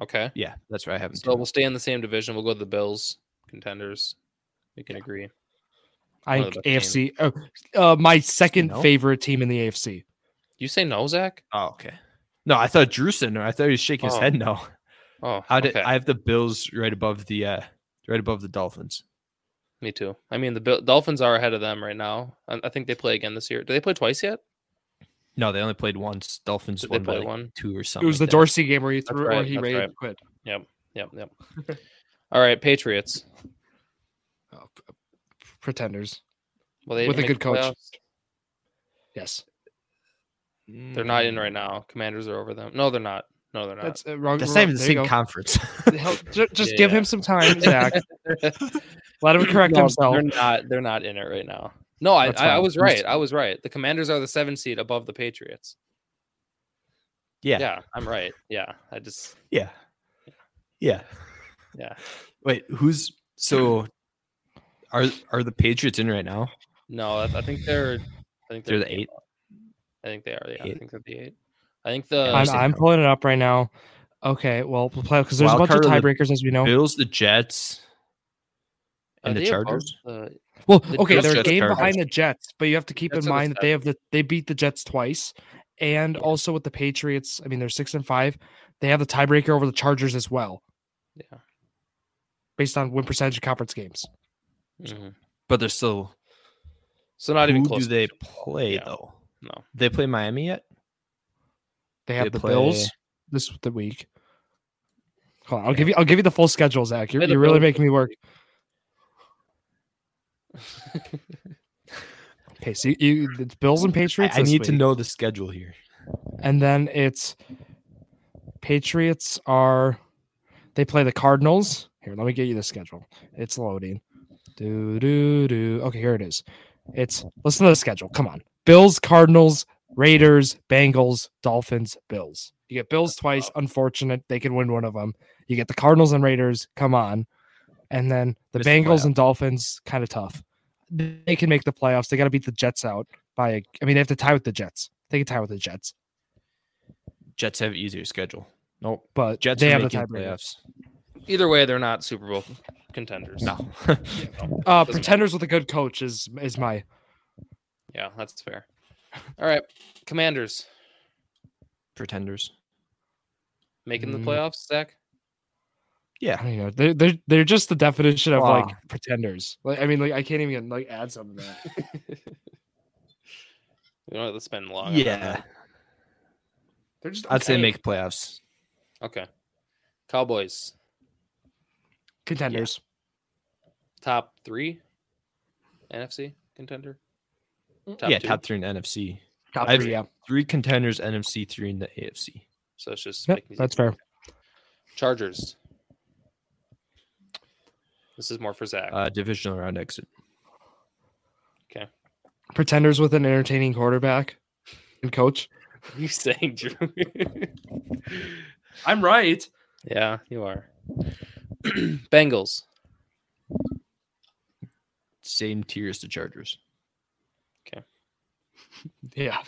B: okay.
C: Yeah, that's right. I haven't.
B: So we'll stay in the same division. We'll go to the Bills contenders. We can agree.
A: I
B: One of
A: think
B: the best
A: AFC. Oh, uh, my second
C: No.
A: favorite team in the AFC.
B: You say no, Zach?
C: oh, okay. No, I thought Drew said no. I thought he was shaking his
B: Oh.
C: head no.
B: Oh,
C: How did
B: okay.
C: I have the Bills right above the uh right above the Dolphins?
B: Me too. I mean, the Bil- Dolphins are ahead of them right now. I, I think they play again this year. Do they play twice yet?
C: No, they only played once. Dolphins
B: Did they
C: won by
B: play
C: like
B: one?
C: two or something.
A: It was the
C: like that.
A: Dorsey game where he threw or
B: right,
A: he
B: that's
A: raided
B: right.
A: and quit.
B: Yep, yep. All right, Patriots.
A: Oh, p- pretenders.
B: Well, they
A: With
B: didn't
A: a
B: make
A: good
B: the
A: coach.
B: playoffs.
A: Yes, Mm.
B: They're not
C: Mm.
B: in right now. Commanders are over them. No, they're not. No, they're not.
A: that's uh, wrong.
C: That's
A: wrong-
C: not even the
A: there
C: same
A: you go.
C: conference.
A: Help- ju- Just
B: Yeah,
A: give
B: yeah.
A: him some time, Zach. Let him correct
B: No,
A: himself.
B: They're not. They're not in it right now. No, I,
A: That's
B: I, I
A: fine.
B: was
A: Who's-
B: right. I was right. The Commanders are the seven seed above the Patriots.
C: yeah.
B: Yeah, I'm right. Yeah, I just
C: Yeah. Yeah.
B: yeah.
C: Wait, who's so are are the Patriots in right now?
B: No, I, I think they're. I think
C: They're
B: they're,
C: the eight.
B: I think they are. Yeah, I
C: Eight.
B: think they're the eight. I think the.
C: Yeah,
A: I'm,
C: Understand
A: I'm
C: how-
A: pulling it up right now. Okay, well, we'll play because there's
C: Wild
A: a bunch of
C: card or
A: tiebreakers as we know.
C: Bills, the Jets,
B: are
C: and the
B: Uh, they above
C: Chargers.
B: the-
A: Well,
B: The
A: okay,
B: Jets
A: they're a
C: just
A: game
C: started.
A: behind the Jets, but you have to keep
B: Jets
A: in
B: are the
A: mind that they have the they beat the Jets twice, and
B: Yeah.
A: also with the Patriots. I mean, they're six and five. They have the tiebreaker over the Chargers as well,
B: yeah.
A: based on win percentage of conference games.
B: mhm.
C: But they're still
B: So not even
C: who
B: close.
C: do they play
B: Yeah.
C: though?
B: No.
C: They play Miami yet?
A: They have
C: They
A: the Bills
C: play-
A: this the week. Hold on, I'll
C: Yeah.
A: give you I'll give you the full schedule, Zach. You're,
B: Play the
A: you're really
B: Bills
A: making me work. Okay, so you, you it's Bills and
C: I-
A: Patriots.
C: I
A: this
C: need to
A: week.
C: know the schedule here.
A: and then it's Patriots are they play the Cardinals. Here, let me get you the schedule. It's loading. Do do do. Okay, here it is. It's listen to the schedule. Come on, Bills, Cardinals, Raiders, Bengals, Dolphins, Bills. You get Bills twice. Unfortunate, they can win one of them. You get the Cardinals and Raiders. Come on, and then the
C: Missed the
A: Bengals and Dolphins. Kind of tough. They can make the playoffs. They got to beat the Jets out by. A, I mean, they have to tie with the Jets. They can tie with the Jets
C: Jets have easier schedule. Nope.
A: but
C: Jets
A: they have
C: are
A: the
C: making
A: tiebreaker. Uh,
C: playoffs.
B: Either way, they're not Super Bowl contenders.
C: No.
A: Uh,
B: Doesn't matter.
A: pretenders with a good coach is is my
B: Yeah, that's fair. All right, Commanders
C: Pretenders.
B: making the
A: Mm.
B: playoffs. Zach,
A: I don't know they're they're, they're just the definition of like
C: Wow.
A: pretenders. Like I mean like I can't even like add something to that.
B: we don't have to spend long. on
C: Yeah.
B: that.
A: They're just
C: I'd say
A: okay.
C: make playoffs.
B: Okay. Cowboys
A: contenders.
B: top three, NFC contender.
C: yeah,
B: two?
C: top three in the NFC.
A: Top
C: I've-
A: three, yeah.
C: Three contenders, NFC, three in the AFC.
B: So it's just
A: Yep,
B: making it
A: that's
B: easy.
A: fair.
B: Chargers. This is more for Zach.
C: Uh, divisional round exit.
A: Pretenders with an entertaining quarterback and coach.
B: you saying Drew?
A: I'm right.
B: yeah, you are. Bengals.
C: Same tier as the Chargers.
A: Yeah.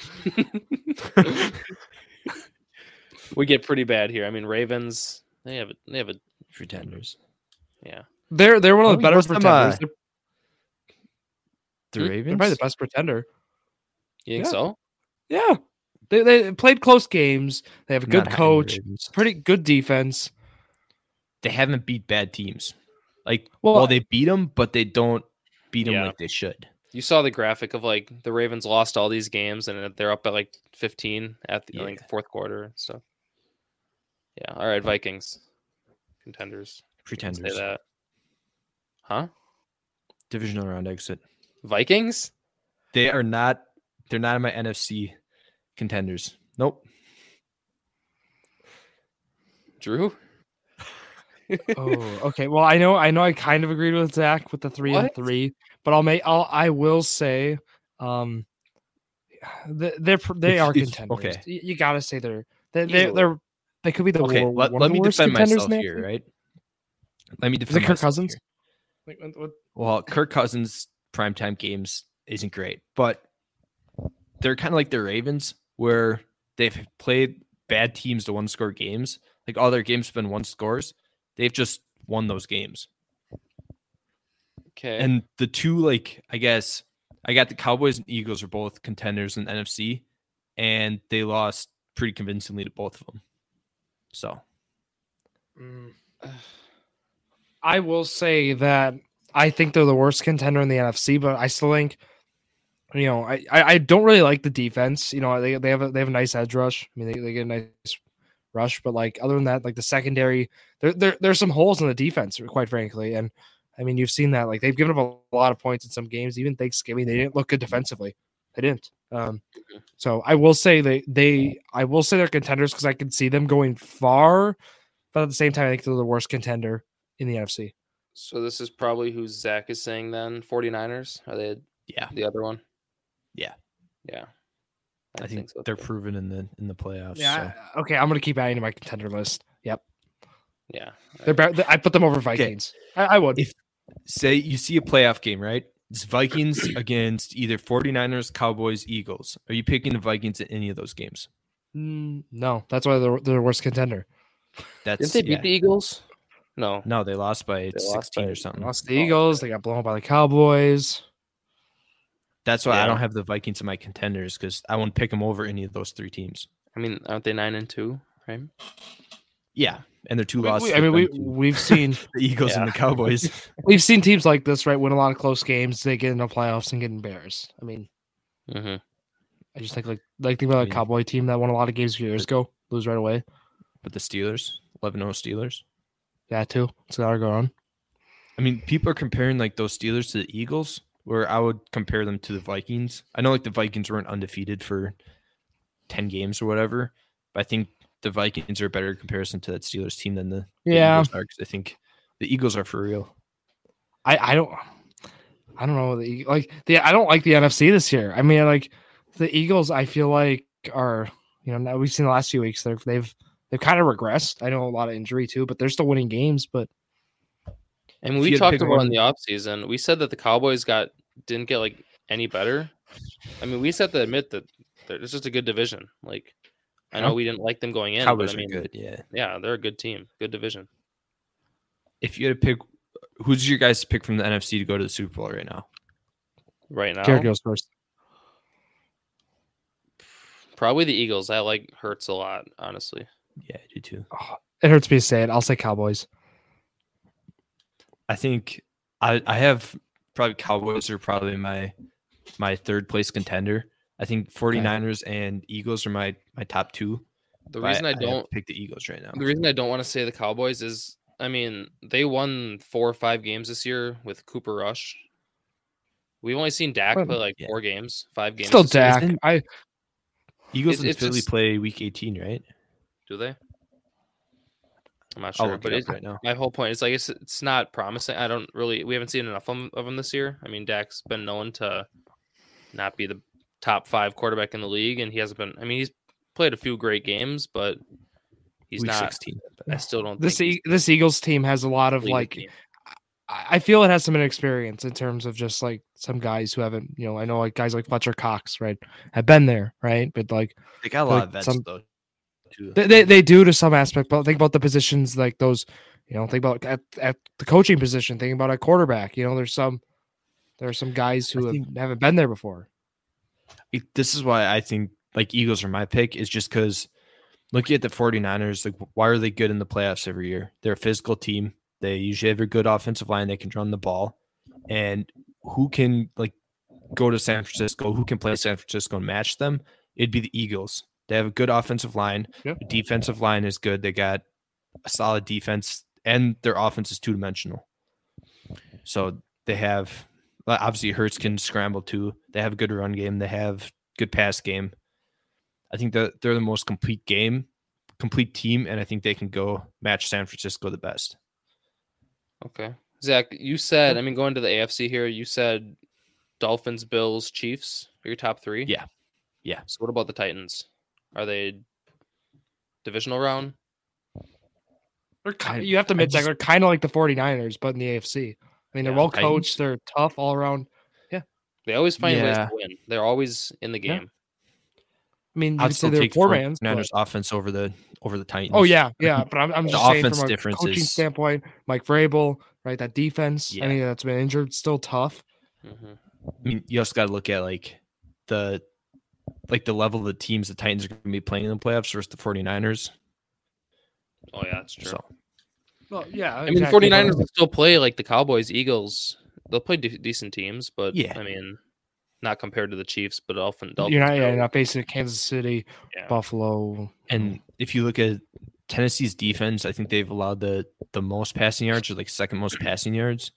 B: We get pretty bad here. I mean, Ravens. They have a, they have a
C: Pretenders.
B: yeah.
A: They're they're one of
C: Oh,
A: the
C: you
A: better
C: must have,
A: pretenders.
C: uh,
A: They're,
C: The
B: Hmm?
A: they're
C: Ravens?
A: probably the best pretender.
B: You think
A: Yeah.
B: so?
A: Yeah. They they played close games. They have a
C: Not
A: good
C: high
A: coach,
C: Ravens.
A: pretty good defense.
C: They haven't beat bad teams. Like, well,
A: Well,
C: they beat them, but they don't beat them
B: Yeah.
C: like they should.
B: You saw the graphic of like the Ravens lost all these games and they're up at like 15 at the I think, fourth quarter and stuff. Yeah. All right, Vikings. Contenders. You can
C: Pretenders.
B: Say that. Huh?
C: Divisional round exit.
B: Vikings?
C: They are not. They're not in my NFC contenders. Nope.
B: Drew?
A: oh, okay. Well, I know, I know, I kind of agreed with Zach with the three and
B: What?
A: three, but I'll make, I'll, I will say, um, th- they're pr- they
C: It's-
A: are
C: it's-
A: contenders.
C: okay.
A: Y- You, gotta say they're they they
B: Easily.
A: they're they could be the
C: okay,
A: wor-
C: let,
A: one of
C: let
A: the
C: me
A: worst
C: defend
A: contenders
C: myself
A: in the
C: here,
A: NFL.
C: right? Let me defend
A: Kirk
C: myself
A: Cousins?
C: here.
A: Like, what- what-
C: Well, Kirk Cousins primetime games isn't great, but they're kind of like the Ravens where they've played bad teams to one score games. Like all their games have been one scores. They've just won those games.
B: Okay.
C: And the two, like, I guess I got the Cowboys and Eagles are both contenders in the NFC, and they lost pretty convincingly to both of them. So
A: mm. I will say that I think they're the worst contender in the NFC, but I still think, you know, I, I, I don't really like the defense. You know, they, they have a, they have a nice edge rush. I mean, they, they get a nice rush, but like other than that, like the secondary, there, there there's some holes in the defense, quite frankly. And I mean, you've seen that. Like they've given up a lot of points in some games. Even Thanksgiving, they didn't look good defensively. They didn't. Um, so I will say they they I will say they're contenders because I can see them going far, but at the same time, I think they're the worst contender in the NFC.
B: so this is probably who Zach is saying then. 49ers? Are they
C: yeah,
B: the other one?
C: Yeah.
B: Yeah.
C: I, think,
B: so.
C: they're
B: too.
C: proven in the in the playoffs.
A: Yeah. I- Okay, I'm gonna keep adding to my contender list. Yep,
B: Yeah.
A: they're. Better, I put them over Vikings. I, I would.
C: If- say you see a playoff game, right? It's Vikings against either 49ers, Cowboys, Eagles. Are you picking the Vikings in any of those games?
A: Mm, no, that's why they're, they're the worst contender.
B: Didn't
C: That's
B: they beat
C: yeah.
B: the Eagles? No.
C: no, they lost by
B: They lost
C: 16
B: by-
C: or
A: They
C: something.
A: lost the
B: Oh,
A: Eagles. They got blown out by the Cowboys.
C: That's why I
B: Yeah.
C: don't have the Vikings in my contenders because I won't pick them over any of those three teams.
B: I mean, aren't they nine and two? Right.
C: Yeah, and their two
A: We-
C: losses.
A: we- I mean,
C: have
A: we
C: been to
A: we've seen
C: the Eagles and the Cowboys.
A: we've seen teams like this, right? Win a lot of close games. They get in the playoffs and get embarrassed. I mean,
B: Mm-hmm.
A: I just think like like think about
C: I
A: a
C: mean-
A: Cowboy team that won a lot of games a few years ago, lose right away.
C: but the Steelers, 11 0 Steelers.
A: Yeah, too. It's gotta go on.
C: I mean, people are comparing like those Steelers to the Eagles, where I would compare them to the Vikings. I know like the Vikings weren't undefeated for 10 games or whatever, but I think the Vikings are a better comparison to that Steelers team than the, the
A: Yeah,
C: Eagles are 'cause I think the Eagles are for real.
A: I, I don't I don't know the Eag- like the I don't like the NFC this year. I mean like the Eagles I feel like are you know now we've seen the last few weeks they're they've they've kind of regressed. I know a lot of injury too, but they're still winning games. But
B: And
C: If
B: we
C: you had to
B: talked
C: pick
B: about
C: one-
B: in the offseason, we said that the Cowboys got didn't get like any better. I mean, we just have to admit that they're- it's just a good division. Like, I
A: Yeah.
B: know we didn't like them going in.
C: Cowboys
B: but I mean,
C: are good, yeah.
B: Yeah, they're a good team, good division.
C: If you had to pick, who's your guys to pick from the NFC to go to the Super Bowl right now?
B: Right now,
A: Garrett goes first.
B: probably the Eagles. I like Hurts a lot, honestly.
C: Yeah, I do too.
A: It hurts me to say it. I'll say Cowboys.
C: I think I, I have probably Cowboys are probably my my third place contender. I think 49ers and Eagles are my my top two.
B: The
C: but
B: reason I,
C: have to
B: don't,
C: pick the Eagles right now.
B: the reason I don't want to say the Cowboys is, I mean, they won four or five games this year with Cooper Rush. We've only seen Dak
A: Well,
B: play like
C: yeah.
B: four games, five games.
A: Still
B: this year.
A: Dak.
C: isn't-
A: I
C: Eagles
B: It's-
C: and
B: it's
C: Philly
B: just-
C: play week 18, right?
B: Do they? I'm not
C: I'll
B: sure,
C: look
B: but
C: it
B: it's,
C: up right now.
B: my whole point is like it's, it's not promising. I don't really we haven't seen enough of him, of him this year. I mean, Dak's been known to not be the top five quarterback in the league, and he hasn't been. I mean, he's played a few great games, but he's
C: week
B: not.
C: 16.
B: I still don't.
A: this
B: think
A: e- this Eagles team has a lot of
B: he's
A: like
B: elite.
A: I I feel it has some inexperience in terms of just like some guys who haven't, you know, I know like guys like Fletcher Cox, right? Have been there, right? But like
C: They got a
A: like
C: lot of vets
A: some-
C: though. too.
A: They, they they do to some aspect, but think about the positions like those, you know, think about at, at the coaching position, think about a quarterback. You know, there's some there are some guys who
C: I
A: have,
C: think-
A: haven't been there before.
C: Like, this is why I think like Eagles are my pick is just because looking at the 49ers, like why are they good in the playoffs every year? They're a physical team. They usually have a good offensive line. They can run the ball. And who can like go to San Francisco? Who can play San Francisco and match them? It'd be the Eagles. They have a good offensive line.
A: Yep.
C: The defensive line is good. They got a solid defense and their offense is two dimensional. So they have well, obviously Hurts can scramble too. They have a good run game. They have good pass game. I think that they're the most complete game, complete team, and I think they can go match San Francisco the best.
B: Okay. Zach, you said, I mean, going to the AFC here, you said Dolphins, Bills, Chiefs are your top three.
C: Yeah. Yeah.
B: So what about the Titans? Are they divisional round?
A: They're
C: I-
A: kind you have to admit, Zach,
C: just-
A: they're kind of like the 49ers, but in the AFC. I mean, they're
B: Yeah,
A: well
C: Titans.
A: coached. They're tough all around.
B: They always find ways
C: Yeah.
B: to win. They're always in the
A: Yeah.
B: game.
A: I mean, you
C: I'd
A: could say
C: still
A: they're
C: take
A: poor
C: poor
A: man's. but-
C: offense over the over the Titans.
A: Oh yeah, yeah. But I'm, I'm
C: The
A: just saying
C: offense
A: from a
C: difference
A: coaching
C: is-
A: standpoint, Mike Vrabel, right? That defense,
C: Yeah.
A: any that's been injured, still tough.
B: hmm
C: I mean, you also got to look at like the like the level of the teams the Titans are going to be playing in the playoffs versus the 49ers.
B: Oh, yeah, that's true.
C: So
A: Well, yeah.
B: I mean, 49ers will still play like the Cowboys, Eagles. They'll play de- decent teams, but
C: Yeah.
B: I mean, not compared to the Chiefs, but often
A: You're not, yeah, you're not facing Kansas City,
B: Yeah.
A: Buffalo.
C: And if you look at Tennessee's defense, I think they've allowed the the most passing yards or like second most
A: Mm-hmm.
C: passing yards.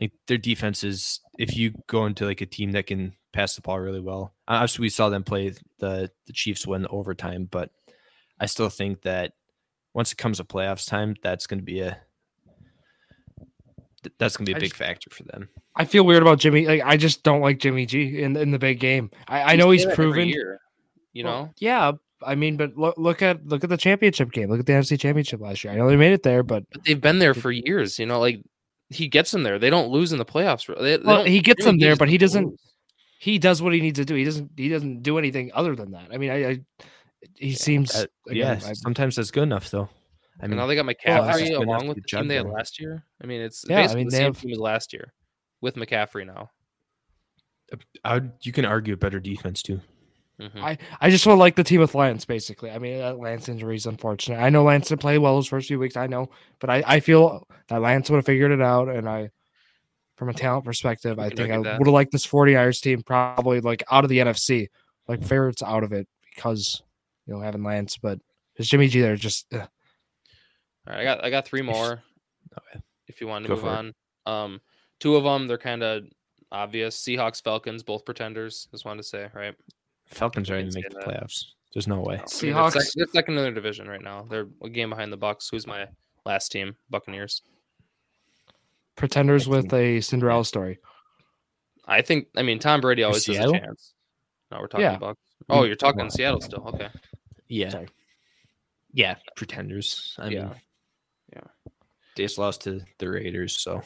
C: Like their defense is if you go into like a team that can pass the ball really well. Obviously, we saw them play the the Chiefs win overtime, but I still think that once it comes to playoffs time, that's going to be a th- that's going to be
A: I
C: a big
A: just-
C: factor for them.
A: I feel weird about Jimmy. Like, I just don't like Jimmy G in in the big game. I, I know he's
B: done it every
A: proven.
B: year, you
A: Well,
B: know,
A: Yeah, I mean, but look, look at look at the championship game. Look at the NFC Championship last year. I know they made it there, but
B: but they've been there for years. You know, like he gets them there. They don't lose in the playoffs. They, they
A: Well,
B: don't-
A: he gets
B: Jimmy
A: them
B: G
A: there,
B: just
A: but he
B: doesn't
A: doesn't-
B: lose.
A: he does what he needs to do. He doesn't he doesn't do anything other than that. I mean, I, I he seems
C: that-
A: again,
C: yeah,
A: I-
C: sometimes that's good enough though. I
B: And
C: mean,
B: now they got
A: Well, that's
B: McCaffrey
C: just been
B: along
C: after
B: with
C: the
B: the team they had
C: juggling.
B: last year. I mean, it's
A: Yeah, I
B: basically
A: mean,
B: the
A: they
B: same
A: have-
B: team as last year with McCaffrey now.
C: I would, you can argue a better defense too.
B: Mhm.
A: I, I just want to like the team with Lance, basically. I mean, that Lance injury is unfortunate. I know Lance didn't play well his first few weeks. I know, but I, I feel that Lance would have figured it out. And I, from a talent perspective, I
B: can
A: think I
B: argue
A: would
B: that.
A: have liked this 49ers team probably like out of the NFC, like favorites out of it because, you know, having Lance. But there's Jimmy G there. Just, uh, ugh.
B: All right, I got I got three more.
C: Okay.
B: If you want to
C: Go
B: move
C: for
B: on, um, two of them they're kind of obvious. Seahawks, Falcons, both pretenders. Just wanted to say, right?
C: Falcons
B: I
C: are
B: can
C: going to
B: say
C: make the
B: that.
C: playoffs. There's no way.
B: I mean, they're sec-
A: Seahawks-
B: they're second in their division right now. They're a game behind the Bucks. Who's my last team? Buccaneers.
A: pretenders
C: I
A: with a Cinderella story.
B: I think. I mean, Tom Brady always has a
C: Seattle?
B: chance. No, we're talking
A: Yeah.
B: Bucks. Oh,
C: Mm,
B: you're talking
C: yeah.
B: Seattle still. Okay.
C: Yeah.
A: Sorry.
C: Yeah. Pretenders. I
B: Yeah. Yeah.
C: mean, They just lost to the Raiders. So,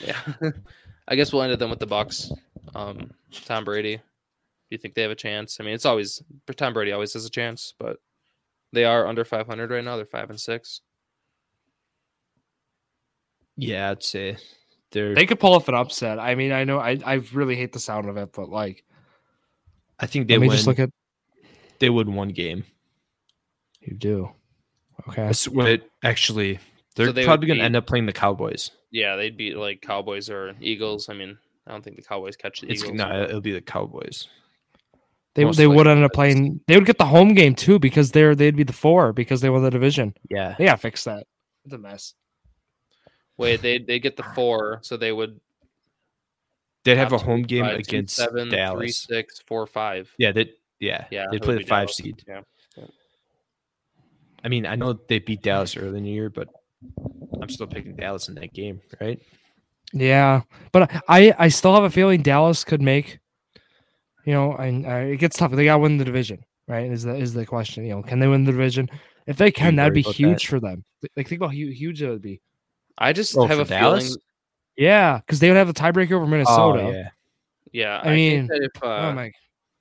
B: Yeah. I guess we'll end it then with the Bucks. Um, Tom Brady. Do you think they have a chance? I mean, it's always Tom Brady always has a chance, but they are under 500 right now. They're five and six.
C: yeah, I'd say they're.
A: They could pull off an upset. I mean, I know I, I really hate the sound of it, but like,
C: I think they
A: let me
C: win.
A: just look at
C: they would one game.
A: you do. Okay.
C: That's what it actually. They're
B: they would
C: probably going
B: be-
C: to end up playing the Cowboys.
B: Yeah, they'd beat like Cowboys or Eagles. I mean, I don't think the Cowboys catch the
C: It's
B: Eagles.
C: no, it'll be the Cowboys.
A: They,
C: most
A: they would
C: likely
A: end up
C: because-
A: playing. They would get the home game too because they're they'd be the four because they won the division.
C: Yeah,
A: They gotta fix that. It's a mess.
B: Wait, they they get the four, so they would
C: they'd have a
B: Have
C: home game
B: uh, two,
C: against
B: seven, three,
C: Dallas.
B: six, four, five.
C: yeah, that. Yeah,
B: Yeah,
C: They
B: it would
C: play the
B: be
C: five
B: Dallas.
C: seed.
B: Yeah, yeah.
C: I mean, I know they beat Dallas early in the year, but I'm still picking Dallas in that game, right?
A: Yeah, but I I still have a feeling Dallas could make. You know, and uh, it gets tough. They gotta win the division, right? Is the is the question? You know, can they win the division? If they can, that'd
C: worry
A: be
C: about that.
A: huge for them. Like think about how hu- huge it would be.
B: I just
C: Oh,
B: have
C: for
B: a
C: Dallas?
B: feeling.
A: Yeah, because they would have the tiebreaker over Minnesota.
C: Oh, yeah.
B: Yeah,
A: I mean,
B: think that if, uh,
A: Oh my!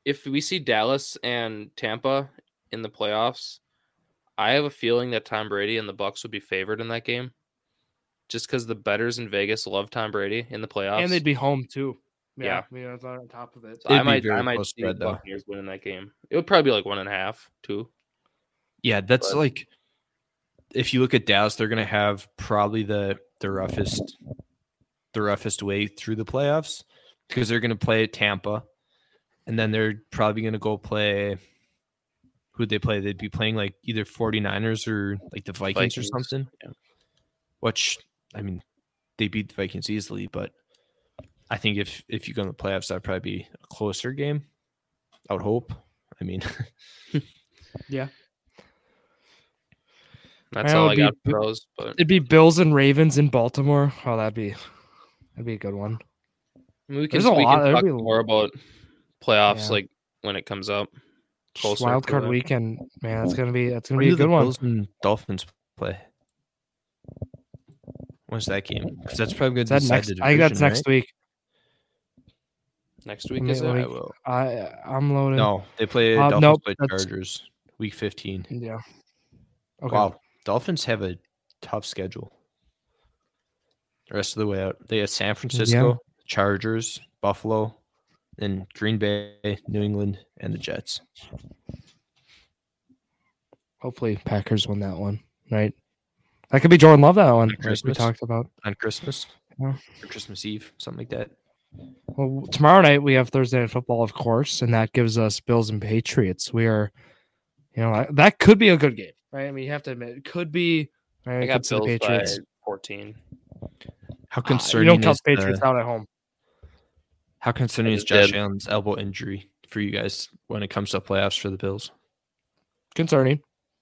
B: if we see Dallas and Tampa in the playoffs, I have a feeling that Tom Brady and the Bucks would be favored in that game, just because the betters in Vegas love Tom Brady in the playoffs.
A: And they'd be home too. Uh, Yeah,
B: Yeah.
A: I mean, that's on top of it.
B: So I
C: It'd be
B: might, I
C: very
B: might
C: close
B: see
C: spread,
B: the
C: though.
B: Buccaneers winning that game. It would probably be like one and a half, two.
C: Yeah, that's
B: But-
C: like if you look at Dallas, they're gonna have probably the the roughest the roughest way through the playoffs because they're gonna play Tampa, and then they're probably gonna go play who'd they play? They'd be playing like either 49ers or like the Vikings, or
B: Vikings,
C: something.
B: yeah.
C: Which I mean, they beat the Vikings easily, but I think if if you go in the playoffs, that'd probably be a closer game. I would hope. I mean
B: That's
A: Mine
B: all
A: would
B: I
A: be
B: got
A: B-
B: for those. But
A: It'd be Bills and Ravens in Baltimore. Oh, that'd be that'd be a good one.
B: we can,
A: there's a
B: we
A: lot-
B: can
A: there'd
B: talk
A: be a
B: more about playoffs
A: Yeah.
B: like when it comes up.
A: Just
B: Closer
A: wild
B: to
A: card
B: it.
A: weekend, man. That's gonna be that's gonna
C: When
A: be a
C: do
A: good
C: the
A: one.
C: Bills and Dolphins play? When's that game? 'Cause that's probably
A: Is
C: good.
A: that next? I think that's next week.
B: Next week
A: Let
B: is
A: me- let
B: it?
A: me- I I'm loaded.
C: No, they play
A: Uh,
C: Dolphins
A: nope,
C: play
A: that's-
C: Chargers week fifteen.
A: Yeah. Okay.
C: Wow, Dolphins have a tough schedule. The rest of the way out, they have San Francisco, Chargers, Buffalo, then Green Bay, New England, and the Jets.
A: Hopefully Packers win that one, right? That could be Jordan Love that one. like We
C: Christmas.
A: talked about.
C: on Christmas
A: Yeah.
C: or Christmas Eve, something like that.
A: Well, tomorrow night we have Thursday night football, of course, and that gives us Bills and Patriots. We are, you know, that- that could be a good game, right? I mean, you have to admit, it could be. Right?
B: I
A: It could
B: got
A: be the
B: Bills by
A: Patriots.
B: 14.
A: Ah,
C: How concerning
A: you don't count
C: is
A: the Patriots
C: the-
A: out at home.
C: how concerning
B: I
C: is
B: just
C: Josh
B: did.
C: Allen's elbow injury for you guys when it comes to playoffs for the Bills?
A: Concerning.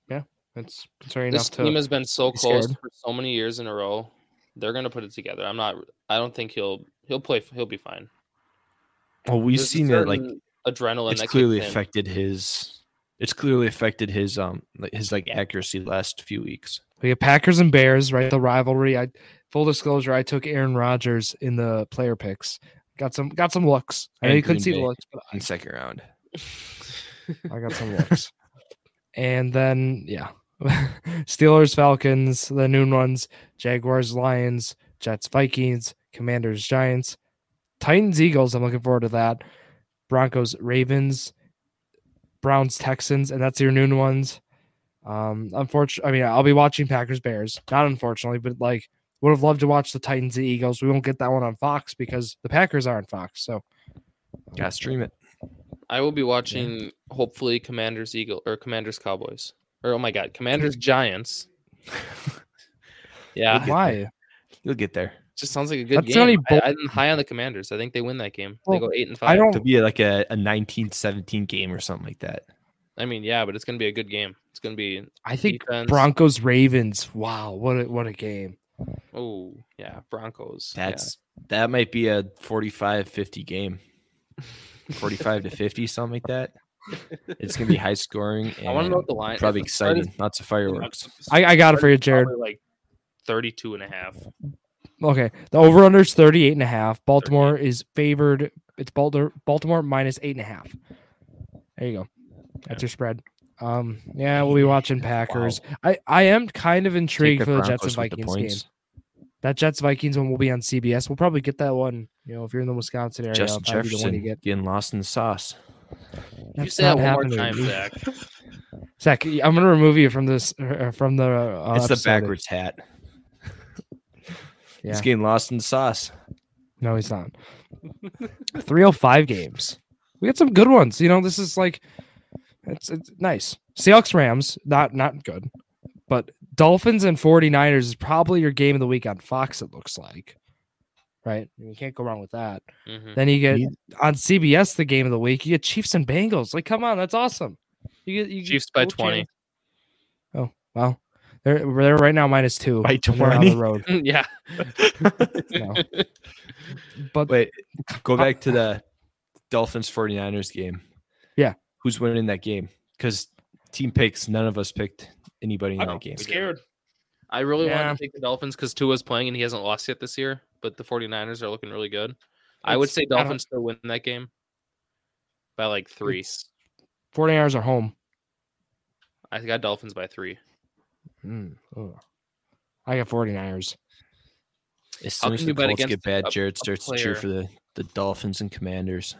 A: Yeah, it's concerning
B: This
A: enough to.
B: team has been so
A: be
B: close
A: scared.
B: for so many years in a row. They're gonna put it together. I'm not. I don't think he'll he'll play. He'll be fine.
C: Well, we've
B: There's a
C: seen that like
B: certain adrenaline.
C: it's
B: that kicks
C: clearly
B: in.
C: affected his it's clearly affected his um like his like accuracy last few weeks.
A: We get Packers and Bears, right? The rivalry. I full disclosure, I took Aaron Rodgers in the player picks. Got some got some looks. I know
C: And
A: you couldn't
C: Green
A: see the
C: Bay.
A: looks, but
C: in second round.
A: I got some looks. and then yeah. Steelers, Falcons, the noon ones, Jaguars, Lions, Jets, Vikings, Commanders, Giants, Titans, Eagles. I'm looking forward to that. Broncos, Ravens, Browns, Texans, and that's your noon ones. Um, unfortunately, I mean, I'll be watching Packers Bears. Not unfortunately, but like would have loved to watch the Titans and Eagles. We won't get that one on Fox because the Packers are on Fox. So
C: Gotta stream it.
B: I will be watching hopefully Commanders Eagle or Commanders Cowboys or oh my god Commanders Giants. yeah,
A: why?
C: You'll get there.
B: just sounds like a good
A: That's the only
B: game. I,
A: bowl-
B: I'm high on the Commanders. I think they win that game.
A: Well,
B: they go eight and five.
A: I don't
C: It'll be like a, a 19-17 game or something like that.
B: I mean, yeah, but it's gonna be a good game. It's gonna be.
A: I think
B: defense.
A: Broncos Ravens. Wow, what a, what a game!
B: Oh yeah, Broncos. yeah.
C: That's that might be a 45-50 game. 45 to 50, something like that. It's gonna be high scoring. And
B: I want to know what the line.
C: probably
B: if the spread is-
C: exciting. Lots of fireworks.
A: I, I got it for you, Jared.
B: Probably like 32 and a half.
A: Okay, the over under is 38 and a half. Baltimore is favored. It's Baltimore Baltimore minus eight and a half. There you go. That's your spread. Um, yeah, we'll be watching Packers. I I am kind of
C: Take
A: intrigued
C: the
A: for the Jets and
C: Broncos with the
A: Vikings game.
C: points.
A: That Jets Vikings one will be on CBS. We'll probably get that one. You know, if you're in the Wisconsin area,
C: Justin
A: that'd be the one
C: Jefferson
A: you get.
C: getting lost in the sauce.
B: you
A: That's
B: say that
A: not
B: one
A: happening.
B: more time, Zach.
A: Zach, I'm gonna remove you from this uh, from the. Uh,
C: it's the
A: episode.
C: backwards hat.
A: Yeah.
C: He's getting lost in the sauce.
A: No, he's not. 305 games. We got some good ones. You know, this is like it's, it's nice. Seahawks Rams, not not good. But Dolphins and 49ers is probably your game of the week on Fox, it looks like. Right? You can't go wrong with that.
B: Mhm.
A: Then you get
C: You-
A: on CBS the game of the week, you get Chiefs and Bengals. Like, come on, that's awesome. You get you get
B: Chiefs by
A: no
B: 20.
A: chance. Oh, wow. They're they're right now minus two.
C: By
A: and they're on
C: 20?
A: the road.
B: yeah.
A: No. But
C: Wait, go back to the Dolphins 49ers game.
A: Yeah.
C: Who's winning that game? Because team picks, none of us picked anybody in that game.
B: scared. I really
A: Yeah.
B: want to take the Dolphins because Tua's playing and he hasn't lost yet this year, but the 49ers are looking really good. I would
A: It's-
B: say
A: I don't-
B: Dolphins still win that game by like three.
A: 49ers are home.
B: I got Dolphins by three.
A: Mm, ugh. I got 49ers.
C: As
B: How
C: soon as
B: can
C: the
B: you bet
C: Colts
B: against
C: get bad,
B: a-
C: Jared
B: a
C: starts to
B: player?
C: cheer for the, the Dolphins and Commanders.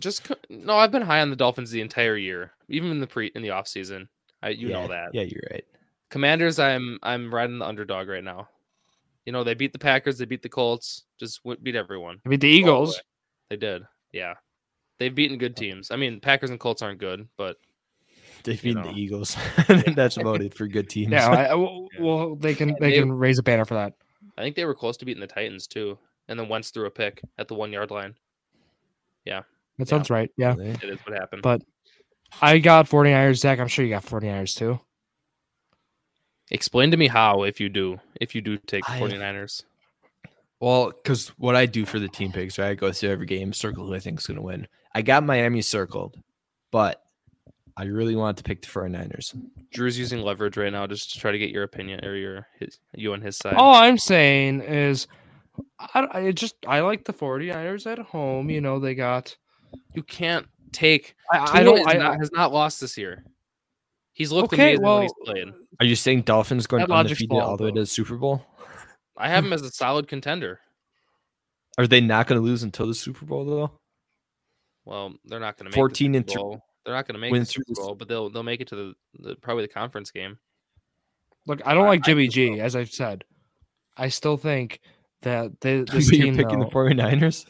B: Just c- no, I've been high on the Dolphins the entire year, even in the pre in the off season. I you
C: Yeah,
B: know that.
C: Yeah, you're right.
B: Commanders, I'm I'm riding the underdog right now. You know they beat the Packers, they beat the Colts, just w- beat everyone.
A: I mean, the
B: all the
A: Eagles.
B: way. They did, yeah. They've beaten good teams. I mean, Packers and Colts aren't good, but
C: They've
B: You
C: beaten the
B: know.
C: Eagles. That's about it for good teams.
A: Yeah, I- I- well,
B: Yeah.
A: well, they can they,
B: They-
A: can raise a banner for that.
B: I think they were close to beating the Titans too. And then Wentz threw a pick at the one yard line.
A: That
B: Yeah.
A: sounds right. Yeah,
B: It is what happened.
A: But- I got 49ers. Zach, I'm sure you got 49ers too.
B: Explain to me how if you do, if you do take the
C: I-
B: 49ers.
C: Well, because what I do for the team picks, right? I go through every game, circle who I think is going to win. I got Miami circled, but I really wanted to pick the 49ers.
B: Drew's using leverage right now just to try to get your opinion or your his, you on his side.
A: All I'm saying is, I, I it just I like the 49ers at home. You know they got.
B: You can't take.
A: I, I
B: Tua
A: don't.
B: is
A: I,
B: not, has not lost this year. He's looked
A: Okay,
B: amazing
A: well,
B: when he's played.
C: Are you saying Dolphins going
A: That logic's
C: undefeated all
A: flawed,
C: the way
A: though.
C: to the Super Bowl?
B: I
C: Hmm.
B: have him as a solid contender.
C: Are they not going to lose until the Super Bowl though?
B: Well, they're not going to make
C: 14
B: the
C: and
B: Super
C: thr-
B: Bowl. They're not going to make
C: win
B: the
C: through
B: Super
C: the s-
B: Bowl, but they'll they'll make it to the, the probably the conference game.
A: look, I don't
B: I-
A: like
B: I
A: Jimmy
B: think
A: G. As I've said, I still think that they,
C: But
A: this team.
C: you're picking
A: though-
C: the 49ers?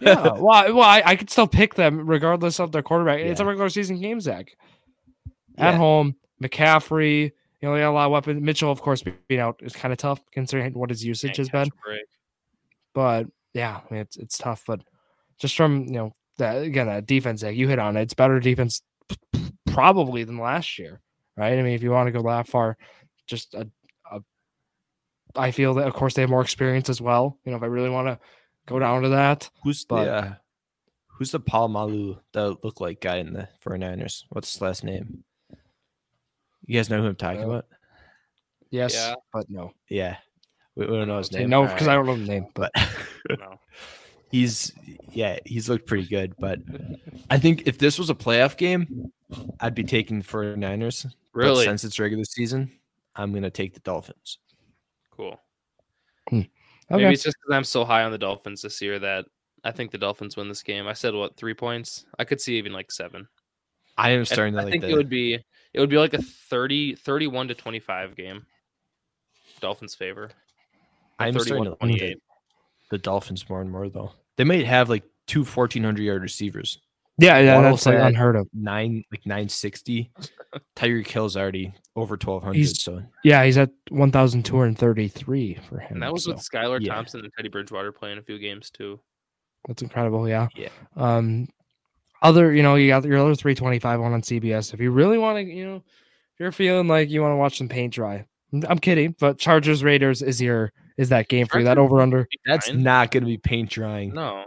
A: yeah, well, I, well, I, I could still pick them regardless of their quarterback. It's a
C: Yeah.
A: regular season game, Zach. At
C: Yeah.
A: home, McCaffrey, you know, they got a lot of weapons. Mitchell, of course, being out is kind of tough considering what his usage
B: Can't
A: has
B: catch
A: been.
B: a break.
A: But yeah, I mean, it's it's tough. But just from you know that again, that defense, Zach, you hit on it. It's better defense p- p- probably than last year, right? I mean, if you want to go that far, just a, a I feel that of course they have more experience as well. You know, if I really want to go down to that.
C: Who's
A: But-
C: the uh, Who's the Paul Malu, the look like guy in the 49ers? What's his last name? You guys know who I'm talking
A: Uh,
C: about?
A: Yes,
B: Yeah.
A: but no.
C: Yeah. We, we don't know his
A: Say
C: name.
A: no,
C: All
A: because
C: right.
A: I don't know the name. But
C: but
B: No.
C: he's yeah, he's looked pretty good. But I think if this was a playoff game, I'd be taking the 49ers. But
B: Really
C: since it's regular season, I'm gonna take the Dolphins.
B: cool.
A: okay,
B: Maybe it's just because I'm so high on the Dolphins this year that I think the Dolphins win this game. I said what three points? I could see even like seven.
C: I am
B: I-
C: starting
B: I,
C: to like
B: think
C: the,
B: it would be it would be like a 30, 31 to twenty five game. Dolphins favor. Or
C: I'm starting to like the,
B: 31-28.
C: the Dolphins more and more though. They might have like two 1400 yard receivers,
A: yeah, yeah,
C: Waddle
A: that's like
C: said-
A: unheard of.
C: nine like 960. Tyreek Hill's already over 1200.
A: He's-
C: so
A: Yeah, he's at one thousand two hundred thirty-three for him.
B: And that was with
A: so
B: Skylar
C: yeah.
B: Thompson and Teddy Bridgewater playing a few games too.
A: that's incredible. Yeah,
C: Yeah.
A: Um, other, you know, you got your other three twenty-five on on CBS. If you really want to, you know, if you're feeling like you want to watch some paint dry. I'm- I'm kidding, but Chargers Raiders is your is that game for you? That
B: Chargers-
A: over under?
C: that's
B: Nine?
C: not gonna be paint drying.
B: no.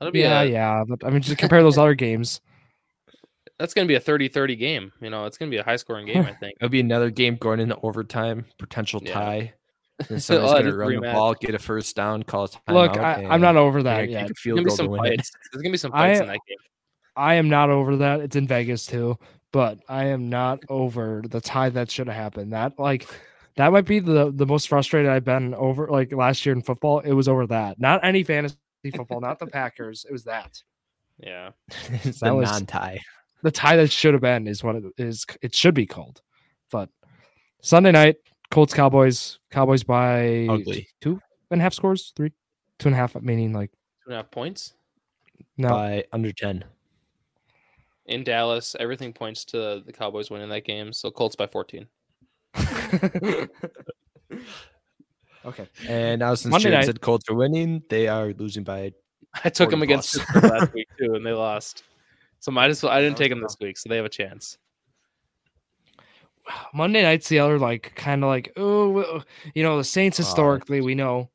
B: That'll be
A: Yeah,
B: a-
A: yeah. But I mean, just compare those other games.
B: That's gonna be a 30-30 game. You know, it's gonna be a high scoring game. I think.
C: It'll be another game going into overtime, potential
B: Yeah.
C: tie. And
B: So
C: somebody's
B: all it
C: gonna
B: is
C: run the
B: rematch.
C: ball, get a first down, call a timeout.
A: Look, I, I'm not over that
C: that
A: yet.
C: kick a
B: There's
C: field
B: gonna be
C: goal to
B: some
C: win it.
B: fights. There's gonna be some
A: I-
B: fights in that game.
A: I am not over that. It's in Vegas too, but I am not over the tie that should have happened. That like that might be the the most frustrated I've been over like last year in football. It was over that. Not any fantasy football, not the Packers. It was that.
B: Yeah.
C: it's
A: That
C: a
A: was-
C: non-tie.
A: The tie that should have been is what it is it should be called. But Sunday night, Colts Cowboys, Cowboys by
C: Ugly.
A: two and a half scores, three, two and a half, meaning like
B: Two and a half points
A: no
C: by under ten.
B: in Dallas. Everything points to the Cowboys winning that game. So Colts by 14.
A: Okay.
C: And now since
A: Monday
C: Jared
A: night-
C: said Colts are winning, they are losing by.
B: I took
C: 40
B: them against
C: plus.
B: Pittsburgh last week too, and they lost. So might as well. I didn't
A: That
B: take
A: was
B: them this week, so they have a chance.
A: Monday nights, the other like kind of like oh, you know, the Saints
C: Oh, it's-
A: historically we know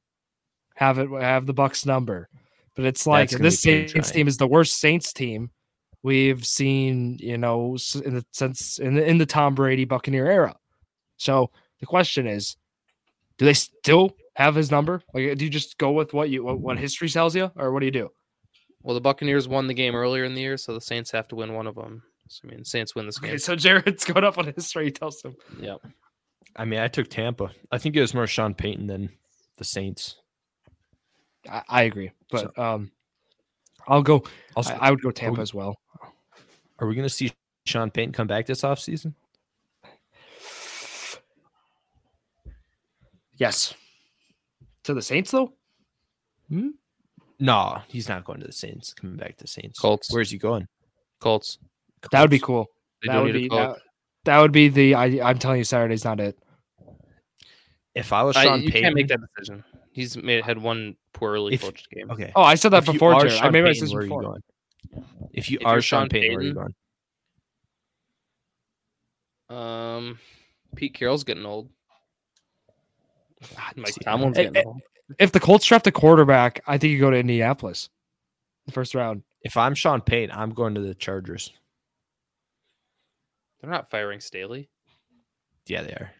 A: have it have the Bucks number, but it's like
C: gonna
A: this
C: be pretty
A: Saints
C: trying.
A: team is the worst Saints team we've seen, you know, s- in the since in the, in the Tom Brady Buccaneer era. So the question is, do they still have his number? Like, do you just go with what you what, what history tells you, or what do you do?
B: Well, the Buccaneers won the game earlier in the year, so the Saints have to win one of them. So, I mean, Saints win this game.
A: Okay, so Jared's going up on history tells him.
B: Yep.
C: I mean, I took Tampa. I think it was more Sean Payton than the Saints.
A: I, I agree, but um, I'll go.
C: Also,
A: I, I would go Tampa as well.
C: are we gonna see Sean Payton come back this offseason?
A: Yes. To the Saints though?
C: No, he's not going to the Saints. Coming back to the Saints.
B: Colts.
C: Where's he going?
B: Colts.
A: That would be
C: Colts.
A: cool.
B: They
A: That
B: do
A: would
B: need
A: be
B: a coach.
A: that, that would be the I I'm telling you Saturday's not it.
C: If I was
B: I-
C: uh, Sean
B: you
C: Payton,
B: can't make that decision. He's made had one poorly
C: If-
B: coached game.
C: okay.
A: Oh, I said that
C: If you
A: before,
C: are
A: Jared. I
C: Sean
A: made my
C: Payton,
A: decision
C: where are you
A: before.
C: going? If you
B: If
C: are
B: you're
C: Sean
B: Sean
C: Payton, where are you
B: Payton-
C: going?
B: Um, Pete Carroll's getting old.
C: ah,
B: God, Mike Tomlin's
A: Eh,
B: getting
A: eh,
B: old.
A: If the Colts draft a quarterback, I think you go to Indianapolis, the first round.
C: If I'm Sean Payton, I'm going to the Chargers.
B: They're not firing Staley.
C: Yeah, they are.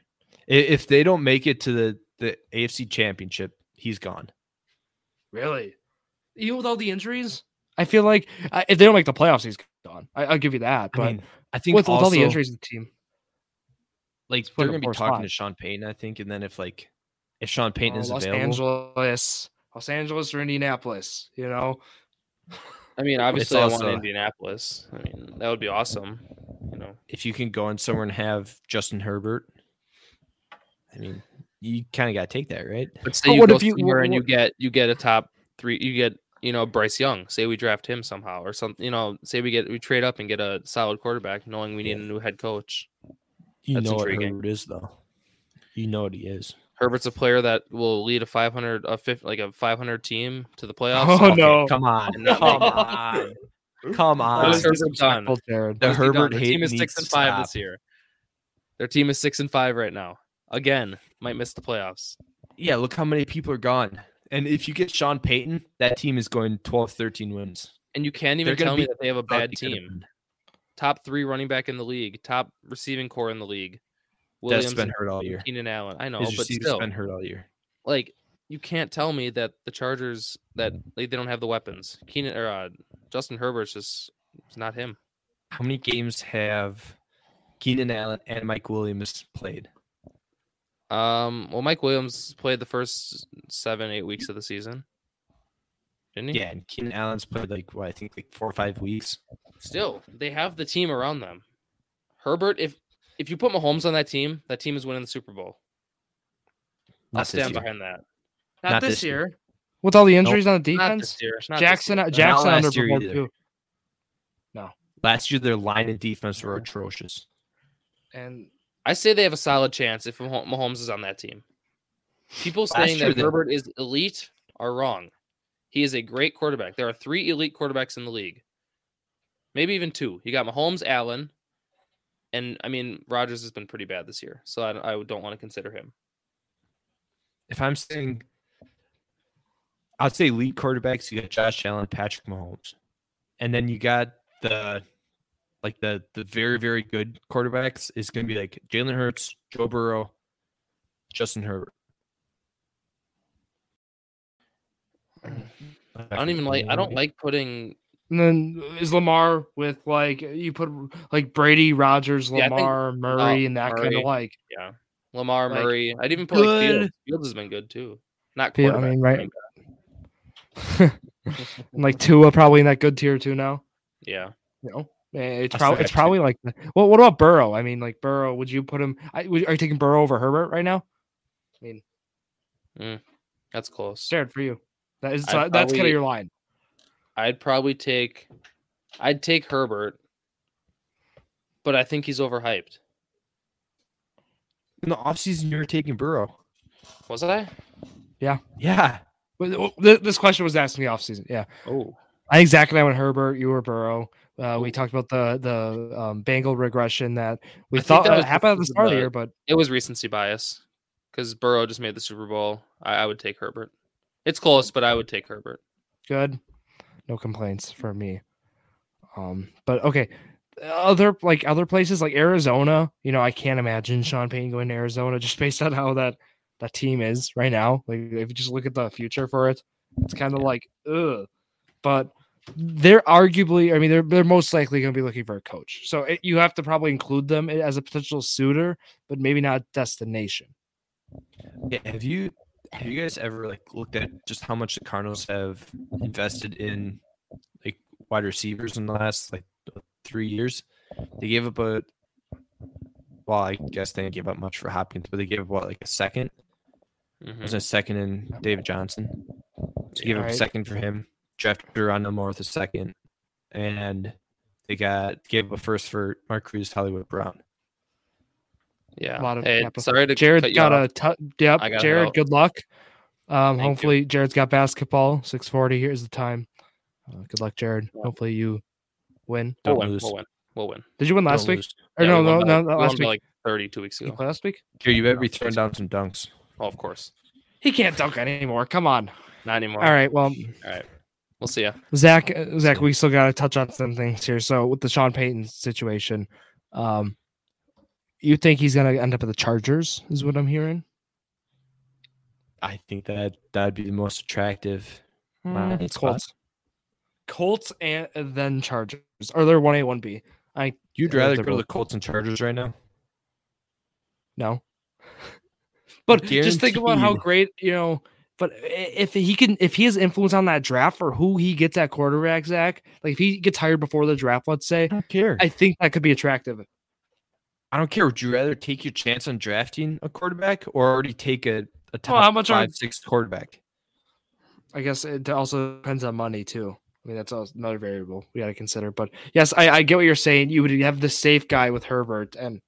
C: I- If they don't make it to the the AFC Championship, he's gone.
A: Really? Even with all the injuries, I feel like I, if they don't make the playoffs, he's gone. I, I'll give you that.
C: I
A: But
C: mean, I think
A: with, with all the
C: also-
A: injuries in the team,
C: like
A: put
C: they're
A: him
C: gonna be
A: in a
C: talking
A: poor
C: to
A: spot.
C: Sean Payton, I think, and then if like if Sean Payton
A: oh,
C: is
A: Los
C: available,
A: Angeles, Los Angeles or Indianapolis, you know,
B: I mean, obviously, I want
C: also-
B: Indianapolis. I mean, that would be awesome. You know,
C: if you can go in somewhere and have Justin Herbert, I mean, you kind of gotta take that, right?
B: but say
A: But
B: you
A: what
B: go
A: if you-
B: somewhere
A: what-
B: and you
A: what-
B: get you get a top three, you get you know Bryce Young. Say we draft him somehow or something. You know, say we get we trade up and get a solid quarterback, knowing we need a new head coach.
C: You
B: That's
C: know what
B: intriguing.
C: Herbert is though. You know what he is.
B: Herbert's a player that will lead a 500 a fifth like a 500 team to the playoffs.
A: Oh,
B: Fucking-
A: no.
C: Come on,
B: And not
C: come
B: make it.
C: on, come
B: What
C: on.
B: is Herbert's done?
A: Well, Jared.
C: The
B: What has he done?
C: Herbert
B: Their
C: hate
B: team is
C: needs
B: six
C: to
B: and five this
C: stop.
B: year. Their team is six and five right now. Again, might miss the playoffs.
C: Yeah, look how many people are gone. And if you get Sean Payton, that team is going 12, 13 wins.
B: And you can't
C: They're
B: even
C: gonna
B: tell me
C: be
B: that they have a
C: Thought
B: bad
C: they could've
B: team.
C: been.
B: Top three running back in the league. Top receiving core in the league.
C: That's
B: Williams,
C: been hurt all
B: and
C: year.
B: Keenan Allen. I know,
C: His
B: but
C: receiver's
B: still,
C: been hurt all year.
B: like you can't tell me that the Chargers that
C: Mm.
B: like, they don't have the weapons. Keenan or uh, Justin Herbert's just it's not him.
C: How many games have Keenan Allen and Mike Williams played?
B: Um, well, Mike Williams played the first seven, eight weeks of the season, didn't he?
C: Yeah, and Keenan Allen's played like what I think like four or five weeks.
B: Still, they have the team around them. Herbert, if if you put Mahomes on that team, that team is winning the Super Bowl. I'll
C: Not this
B: stand
C: year.
B: behind that.
C: Not Not this this year.
A: With all the injuries on the
B: Not this
A: defense,
B: year. Not this
A: Jackson uh,
B: year.
A: Jackson
C: last year
A: underperformed
C: either.
A: too,
C: Last year their line and defense were atrocious.
A: and
B: I say they have a solid chance if Mah- Mahomes is on that team. People saying
C: year
B: that
C: they-
B: Herbert is elite are wrong. He is a great quarterback. There are three elite quarterbacks in the league, maybe even two. You got Mahomes, Allen, and I mean Rodgers has been pretty bad this year, so I, don't- I don't want to consider him.
C: If I'm saying, I'd say lead quarterbacks, you got Josh Allen, Patrick Mahomes, and then you got the like the the very very good quarterbacks is going to be like Jalen Hurts, Joe Burrow, Justin Herbert.
B: I don't even like. I don't like putting.
A: and then is Lamar with like you put like Brady, Rogers,
B: Yeah, I think-
C: Oh,
A: Lamar, Murray, and that kind
B: Murray.
A: of like.
B: Yeah, Lamar
A: Like,
B: Murray. I'd even put like Fields.
C: good.
B: Fields has been good too. Not
A: Field- I
B: quarterback.
A: mean,
B: running
A: right.
B: back.
A: And like Tua probably in that good tier too now.
B: Yeah.
A: You know, Eh, it's
C: I
A: probably
C: still
A: it's
C: got two.
A: probably like. the- Well, what about Burrow? I mean, like Burrow. Would you put him? I, would, are you taking Burrow over Herbert right now?
B: That's close.
A: Jared, for you, that is
B: I'd
A: so that's kind
B: probably-
A: of your line.
B: I'd probably take I'd take Herbert, but I think he's overhyped.
C: in the offseason you were taking Burrow.
B: Was I?
C: Yeah.
A: But th- th- This question was asked in the offseason. Yeah,
B: Oh.
A: I think Zach and I went Herbert. You were Burrow. Uh,
B: Mm-hmm.
A: we talked about the the um, Bengal regression that we
B: I think
A: thought
B: that
A: uh,
B: was
A: happened at the
B: because of
A: start of the
B: the-
A: year, but
B: It was recency bias. Because Burrow just made the Super Bowl. I, I would take Herbert. It's close, but I would take Herbert.
A: good. No complaints for me. Um, but okay, other like other places like Arizona. You know, I can't imagine Sean Payton going to Arizona just based on how that that team is right now. Like if you just look at the future for it, it's kind of like ugh. But they're arguably, I mean, they're they're most likely going to be looking for a coach. So it, you have to probably include them i- as a potential suitor, but maybe not destination.
C: Yeah, have you have you guys ever like looked at just how much the Cardinals have invested in like wide receivers in the last like three years? They gave up a well, I guess they didn't give up much for Hopkins, but they gave up what like a second.
B: Mhm.
C: Was it a second in David Johnson? So give up a
A: Alright.
C: second for him. Draft Geronimo Moore with a second, and they got gave up a first for Mark Cruz Hollywood Brown.
B: Yeah.
A: lot of
B: Hey,
A: capital.
B: sorry to
A: Jared
B: cut you
A: got
B: off.
A: a t- yep.
B: I gotta head
A: Jared,
B: out.
A: good luck. Um,
B: Thank you.
A: hopefully Jared's got basketball. Six forty. Here's the time. Uh, good luck, Jared.
B: Yeah.
A: Hopefully you win.
B: We'll
C: Don't
B: win.
C: lose.
B: We'll win. We'll win.
A: Did you win last
C: oh, Don't
A: week?
C: lose.
A: Or
B: Yeah,
A: no,
B: we
A: no,
B: won by-
A: no,
B: we
A: no,
B: won
A: last
B: by,
A: week.
B: like 30 two weeks
A: Did he
B: ago.
A: play last week?
C: Here, you better be throwing down some dunks.
B: Oh, of course,
A: He can't dunk anymore. Come on.
B: not anymore.
A: All right. Well,
B: we'll see ya.
A: Zach, uh, Zach, we still got to touch on some things here. So with the Sean Payton situation, um, you think he's gonna end up at the Chargers? Is what I'm hearing.
C: I think that that'd be the most attractive.
A: Mm,
C: it's fine.
A: Colts. Colts and and then Chargers. Or they're one A, one B.
C: You'd
A: Yeah,
C: rather
A: they're
C: go to uh, the
A: both-
C: Colts and Chargers right now?
A: No. But just think about how
C: Guaranteed.
A: great you know. But i- if he can, if he has influence on that draft for who he gets at quarterback, Zach, like if he gets hired before the draft, let's say,
C: don't care.
A: I think that could be attractive.
C: I don't care. Would you rather take your chance on drafting a quarterback or already take a, a top
A: how much are-
C: five, six quarterback?
A: I guess it also depends on money too. I mean, that's also another variable we got to consider. But yes, I, I get what you're saying. You would have the safe guy with Herbert, and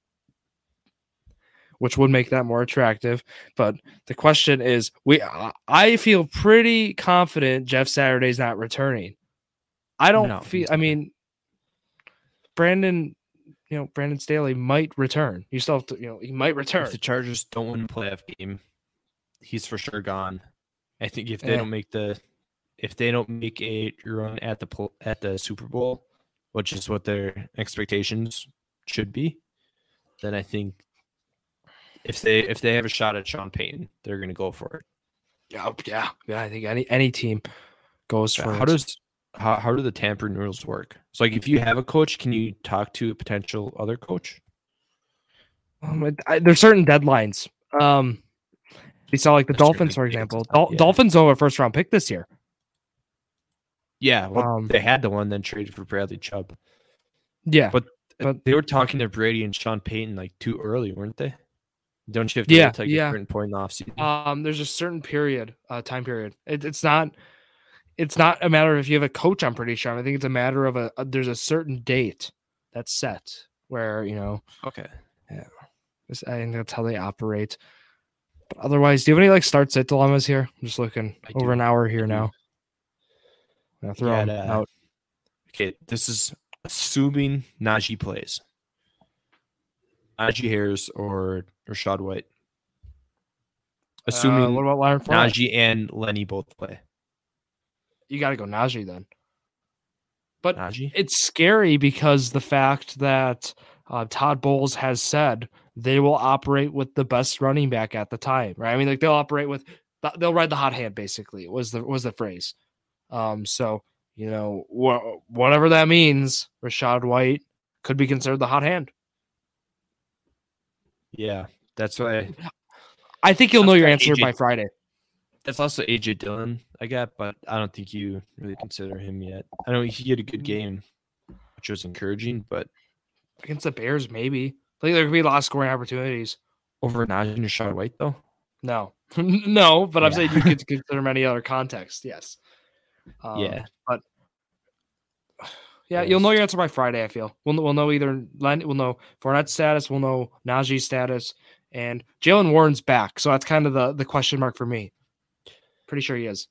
A: which would make that more attractive. But the question is, we I- I feel pretty confident Jeff Saturday's not returning. I don't
C: No,
A: feel.
C: he's
A: I
C: not.
A: mean, Brandon, you know, Brandon Staley might return. You still have to, you know, he might return.
C: If the Chargers don't win the playoff game, he's for sure gone. I think if they
A: Yeah.
C: don't make the if they don't make a run at the pl- at the Super Bowl, which is what their expectations should be, then I think if they if they have a shot at Sean Payton, they're going to go for it.
A: Yeah, oh, yeah, yeah. I think any any team goes for
C: how
A: it.
C: does how, how do the tampering rules work? So like if you have a coach, can you talk to a potential other coach?
A: Um, I- I, there's certain deadlines. Um, we saw like the
C: Uh, That's true,
A: Dolphins,
C: like
A: for
C: Vegas and
A: example.
C: stuff,
A: Dol-
C: yeah.
A: Dolphins owe a first round pick this year.
C: Yeah, well,
A: Um,
C: they had the one then traded for Bradley Chubb.
A: Yeah,
C: But-
A: But-
C: But they were talking to Brady and Sean Payton like too early, weren't they? Don't you have to
A: Yeah,
C: wait till, like
A: yeah.
C: a certain point in the offseason?
A: um, there's a certain period, uh, time period. It, it's not, it's not a matter of if you have a coach. I'm pretty sure. I think it's a matter of a, a there's a certain date that's set where you know.
C: okay.
A: This- I think that's how they operate. But otherwise, do you have any like start sit dilemmas here? I'm just looking
C: I
A: over
C: do,
A: an hour here
C: do.
A: now. Now throw
C: Got,
A: 'em
C: uh,
A: out.
C: Okay, this is assuming Najee plays. Najee Harris or Rashad White. Assuming
A: Uh, what about Leonard Fournette?
C: Najee and Lenny both play.
A: You got to go Najee then. But
C: Najee?
A: it's scary because the fact that uh, Todd Bowles has said they will operate with the best running back at the time, right? I mean, like they'll operate with, th- they'll ride the hot hand. Basically, was the was the phrase. Um, so you know, wha- whatever that means, Rashad White could be considered the hot hand.
C: Yeah. That's why
A: I think you'll know
C: That's
A: your
C: kinda
A: answer
C: AJ.
A: by Friday.
C: That's also AJ Dillon I got, but I don't think you really consider him yet. I know he had a
A: Mm-hmm.
C: good game, which was encouraging, but
A: Against the Bears, maybe. Like there could be a lot of scoring opportunities.
C: over Najee and Rashad White though.
A: No, no, but I'm
C: Yeah.
A: saying you could consider many other contexts. Yes. Um,
C: Yeah.
A: but yeah,
C: Yeah,
A: you'll know
C: it's-
A: your answer by Friday. I feel we'll we'll know either Len, we'll know Fournette's status, we'll know Najee's status, and Jalen Warren's back, so that's kind of the the question mark for me. Pretty sure he is.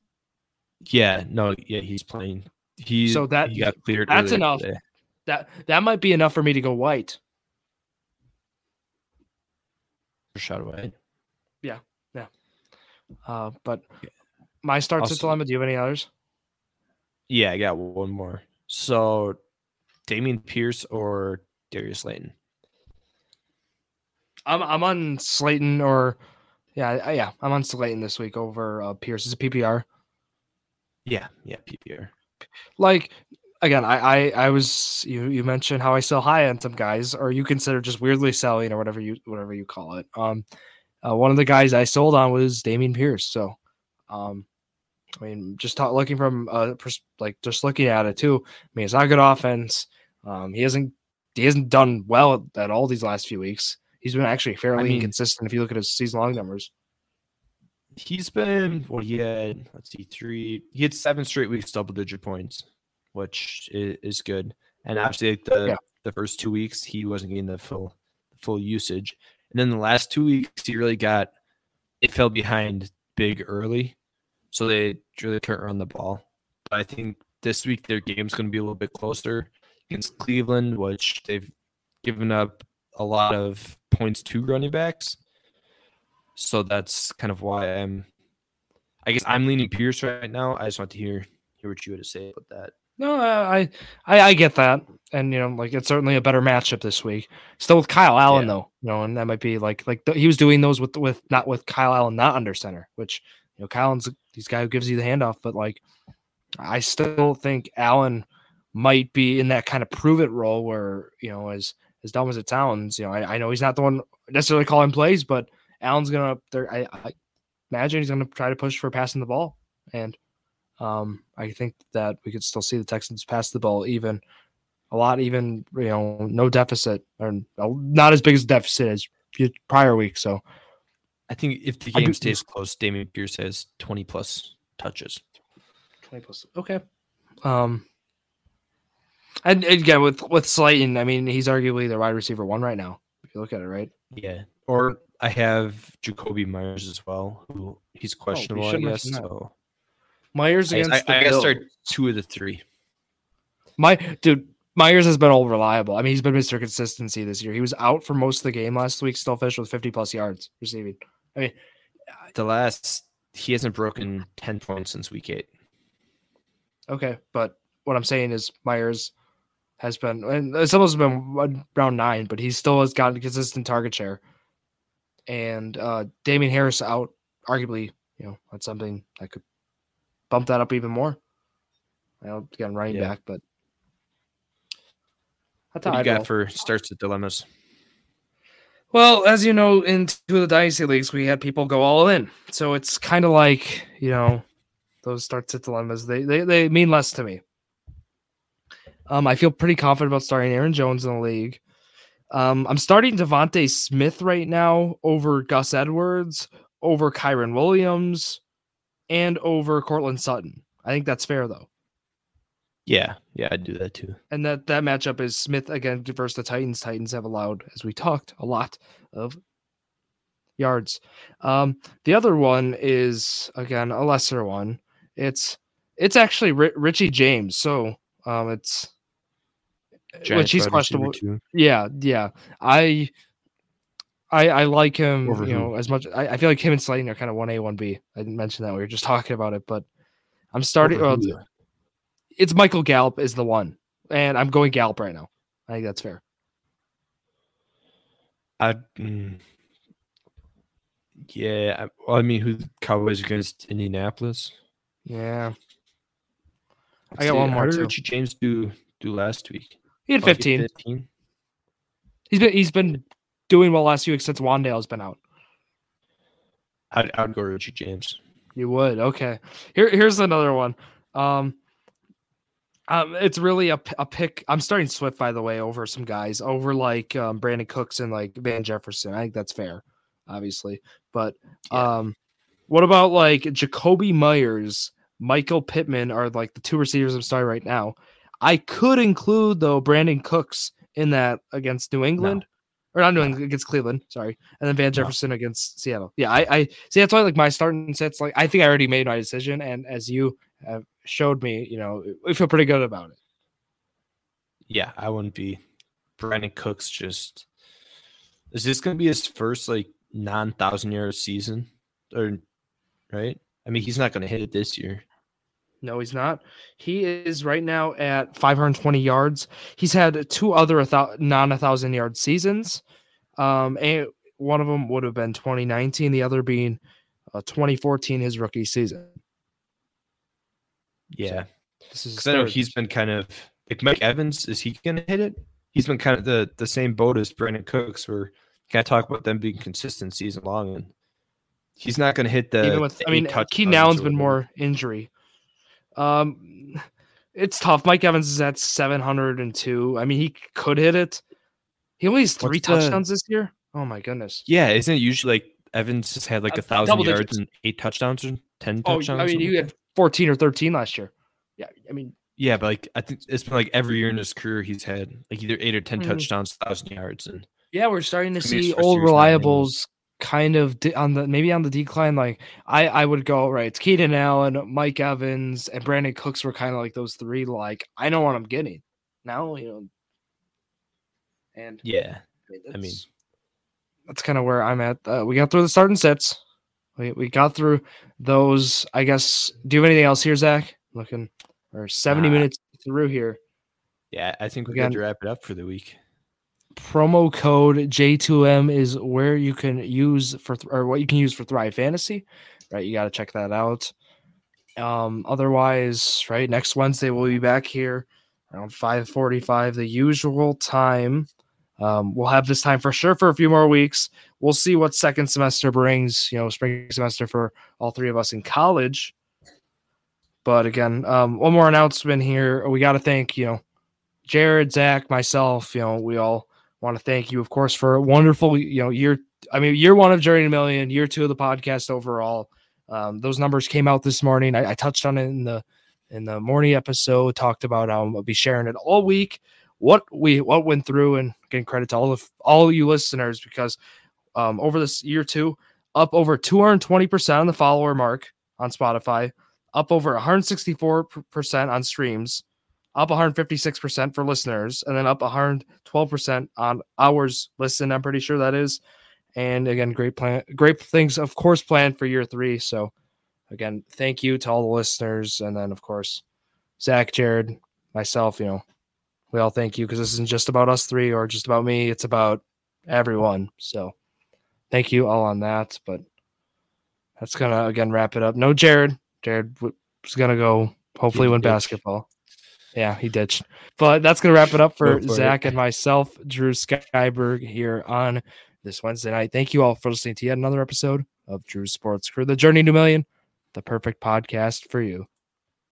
C: Yeah, no, yeah, he's playing. He
A: So that-
C: he got cleared.
A: that's
C: earlier
A: enough.
C: today.
A: That that might be enough for me to go white.
C: Rashad White.
A: Uh, but my starts at
C: Also-
A: dilemma. Do you have any others?
C: Yeah, I got one more. So Damian Pierce or Darius Layton.
A: I'm I'm on Slayton or yeah I- yeah I'm on Slayton this week over uh, Pierce. It's a PPR.
C: Yeah, yeah, PPR.
A: like again I, I i was you you mentioned how i sell high on some guys or you consider just weirdly selling or whatever you whatever you call it um uh, one of the guys i sold on was damien pierce so um i mean just ta- looking from uh pers- like just looking at it too i mean it's not good offense um he hasn't he hasn't done well at all these last few weeks he's been actually fairly
C: mean-
A: inconsistent if you look at his season long numbers
C: He's been well. He had let's see, three. He had seven straight weeks double digit points, which is, is good. And obviously, like the
A: Yeah.
C: the first two weeks he wasn't getting the full full usage, and then the last two weeks he really got it fell behind big early, so they really couldn't run the ball. But I think this week their game's going to be a little bit closer against Cleveland, which they've given up a lot of points to running backs. So that's kind of why I'm I guess I'm leaning Pierce right now. I just want to hear hear what you had to say about that.
A: No, uh, I, I I get that, and you know, like it's certainly a better matchup this week. Still with Kyle Allen
C: Yeah.
A: though, you know, and that might be like like th- he was doing those with with not with Kyle Allen not under center, which you know, Kyle Allen's he's the guy who gives you the handoff, but like I still think Allen might be in that kind of prove it role where you know, as as dumb as it sounds, you know, I, I know he's not the one necessarily calling plays, but Allen's gonna there. I, I imagine he's gonna try to push for passing the ball and. Um, I think that we could still see the Texans pass the ball even a lot, even you know, no deficit or n- not as big as deficit as the prior week. So
C: I think if the
A: I do-
C: game stays close, Damian Pierce has 20 plus touches.
A: twenty plus, okay. Um, and, and again with with Slayton, I mean, he's arguably the wide receiver one right now. If you look at it, right?
C: Yeah. Or I have Jacoby Myers as well, who he's questionable, I
A: shouldn't Oh,
C: guess.
A: mention that.
C: So
A: Myers
C: I,
A: against
C: I,
A: the
C: I gotta
A: Bills.
C: start two of the three.
A: My dude, Myers has been all reliable. I mean, he's been Mr. Consistency this year. He was out for most of the game last week. Still finished with fifty plus yards receiving.
C: The last he hasn't broken 10 points since week eight.
A: Okay, but what I'm saying is Myers has been, and some has been one- round nine, but he still has gotten consistent target share. And uh Damien Harris out, arguably, you know, that's something that could bump that up even more. I don't again running
C: Yeah.
A: back, but that's
C: What do
A: how
C: you
A: I'd roll.
C: got for starts with dilemmas?
A: Well, as you know, in two of the dynasty leagues, we had people go all in. So it's kind of like you know, those start sit dilemmas. They, they they mean less to me. Um, I feel pretty confident about starting Aaron Jones in the league. Um, I'm starting Devonte Smith right now over Gus Edwards, over Kyron Williams, and over Cortland Sutton. I think that's fair though,
C: Yeah, yeah, I'd do that too.
A: and that that matchup is Smith again versus the Titans. Titans have allowed, as we talked, a lot of yards. Um, the other one is again a lesser one. It's it's actually Ri- Richie James. So um, it's which he's questionable.
C: too.
A: Yeah, yeah. I I I like him.
C: Over
A: you
C: who?
A: know, as much I, I feel like him and Slayton are kind of one A, one B. I didn't mention that we were just talking about it, but I'm starting. uh, well, it's Michael Gallup is the one, and I'm going Gallup right now. I think that's fair.
C: I, mm, yeah, I, well, I mean, who Cowboys against Indianapolis?
A: Yeah, I got one more,
C: How did
A: too.
C: Richie James do do last week?
A: he had
C: Oh, he had
A: 15.
C: 15?
A: He's been he's been doing well last few weeks since Wandale's been out.
C: I'd, I'd go Richie James.
A: You would. Okay. Here, here's another one. Um, um, it's really a, p- a pick. I'm starting Swift, by the way, over some guys, over like um, Brandon Cooks and like Van Jefferson. I think that's fair, obviously. But
C: Yeah.
A: um, what about like Jacoby Myers, Michael Pittman are like the two receivers I'm starting right now. I could include though Brandon Cooks in that against New England. Or not New England against Cleveland, sorry, and then Van Jefferson against Seattle. Yeah, I, I see. That's why like my starting sets. Like I think I already made my decision, and as you have showed me, you know, we feel pretty good about it.
C: Yeah, I wouldn't be. Brandon Cooks just is this going to be his first like non thousand yard season or right? I mean, he's not going to hit it this year.
A: No, he's not. He is right now at 520 yards. He's had two other thou- non a thousand yard seasons. Um, and one of them would have been 2019, the other being uh, 2014, his rookie season.
C: Yeah,
A: This is his
C: Because I know
A: third.
C: he's been kind of like Mike Evans. Is he going to hit it? He's been kind of the the same boat as Brandon Cooks. Where can I talk about them being consistent season long? And he's not going to hit the.
A: even with
C: the
A: I
C: eight
A: mean Keenan
C: touchdowns
A: Allen's
C: or
A: been
C: whatever.
A: more injury. Um it's tough. Mike Evans is at 702. I mean, he could hit it. He only has three
C: What's the-
A: touchdowns this year. Oh my goodness.
C: Yeah, isn't it usually like Evans has had like
A: Uh,
C: a thousand
A: double
C: yards
A: digits.
C: and eight touchdowns or ten
A: Oh,
C: touchdowns?
A: I mean,
C: something
A: you
C: like
A: had
C: that?
A: 14 or 13 last year. Yeah, I mean,
C: yeah, but like I think it's been like every year in his career he's had like either eight or 10
A: Mhm.
C: touchdowns, thousand yards, and
A: Yeah, we're starting to
C: It's gonna be
A: see
C: his first
A: old
C: year, he's not gonna be-
A: reliables kind of di- on the maybe on the decline. Like I, I would go right. It's Keaton Allen, Mike Evans, and Brandon Cooks were kind of like those three. Like I know what I'm getting now. You know, And
C: Yeah.
A: that's,
C: I mean-
A: that's kind of where I'm at. Uh, we got through the starting sets. We, we got through those. I guess. Do you have anything else here, Zach? Looking or 70
C: Nah.
A: minutes through here.
C: Yeah. I think we
A: Again-
C: got to wrap it up for the week.
A: Promo code J2M is where you can use for th- or what you can use for Thrive Fantasy, right? You got to check that out. Um, otherwise, right next Wednesday we'll be back here around 5:45, the usual time. Um, we'll have this time for sure for a few more weeks. We'll see what second semester brings. You know, spring semester for all three of us in college. But again, um, one more announcement here. We got to thank you know Jared, Zach, myself. You know, we all want to thank you, of course, for a wonderful you know year. I mean, year one of Journey to Million, year two of the podcast overall. Um, those numbers came out this morning. I, I touched on it in the in the morning episode. Talked about um, I'll be sharing it all week. What we what went through, and getting credit to all of all you listeners because um, over this year two, up over two hundred twenty percent on the follower mark on Spotify, up over one hundred sixty four percent on streams, up 156% for listeners, and then up 112% on hours listened. I'm pretty sure that is. And again, great plan, great things, of course, planned for year three. So, again, thank you to all the listeners, and then of course, Zach, Jared, myself. You know, we all thank you because this isn't just about us three or just about me. It's about everyone. So, thank you all on that. But that's gonna again wrap it up. No, Jared. Jared w- was gonna go hopefully
C: Did he
A: win
C: ditch?
A: basketball. Yeah, he ditched. But that's going to wrap it up for,
C: Go for it.
A: Zach and myself, Drew Skyberg, here on this Wednesday night. Thank you all for listening to yet another episode of Drew's Sports Crew, The Journey to Million, the perfect podcast for you.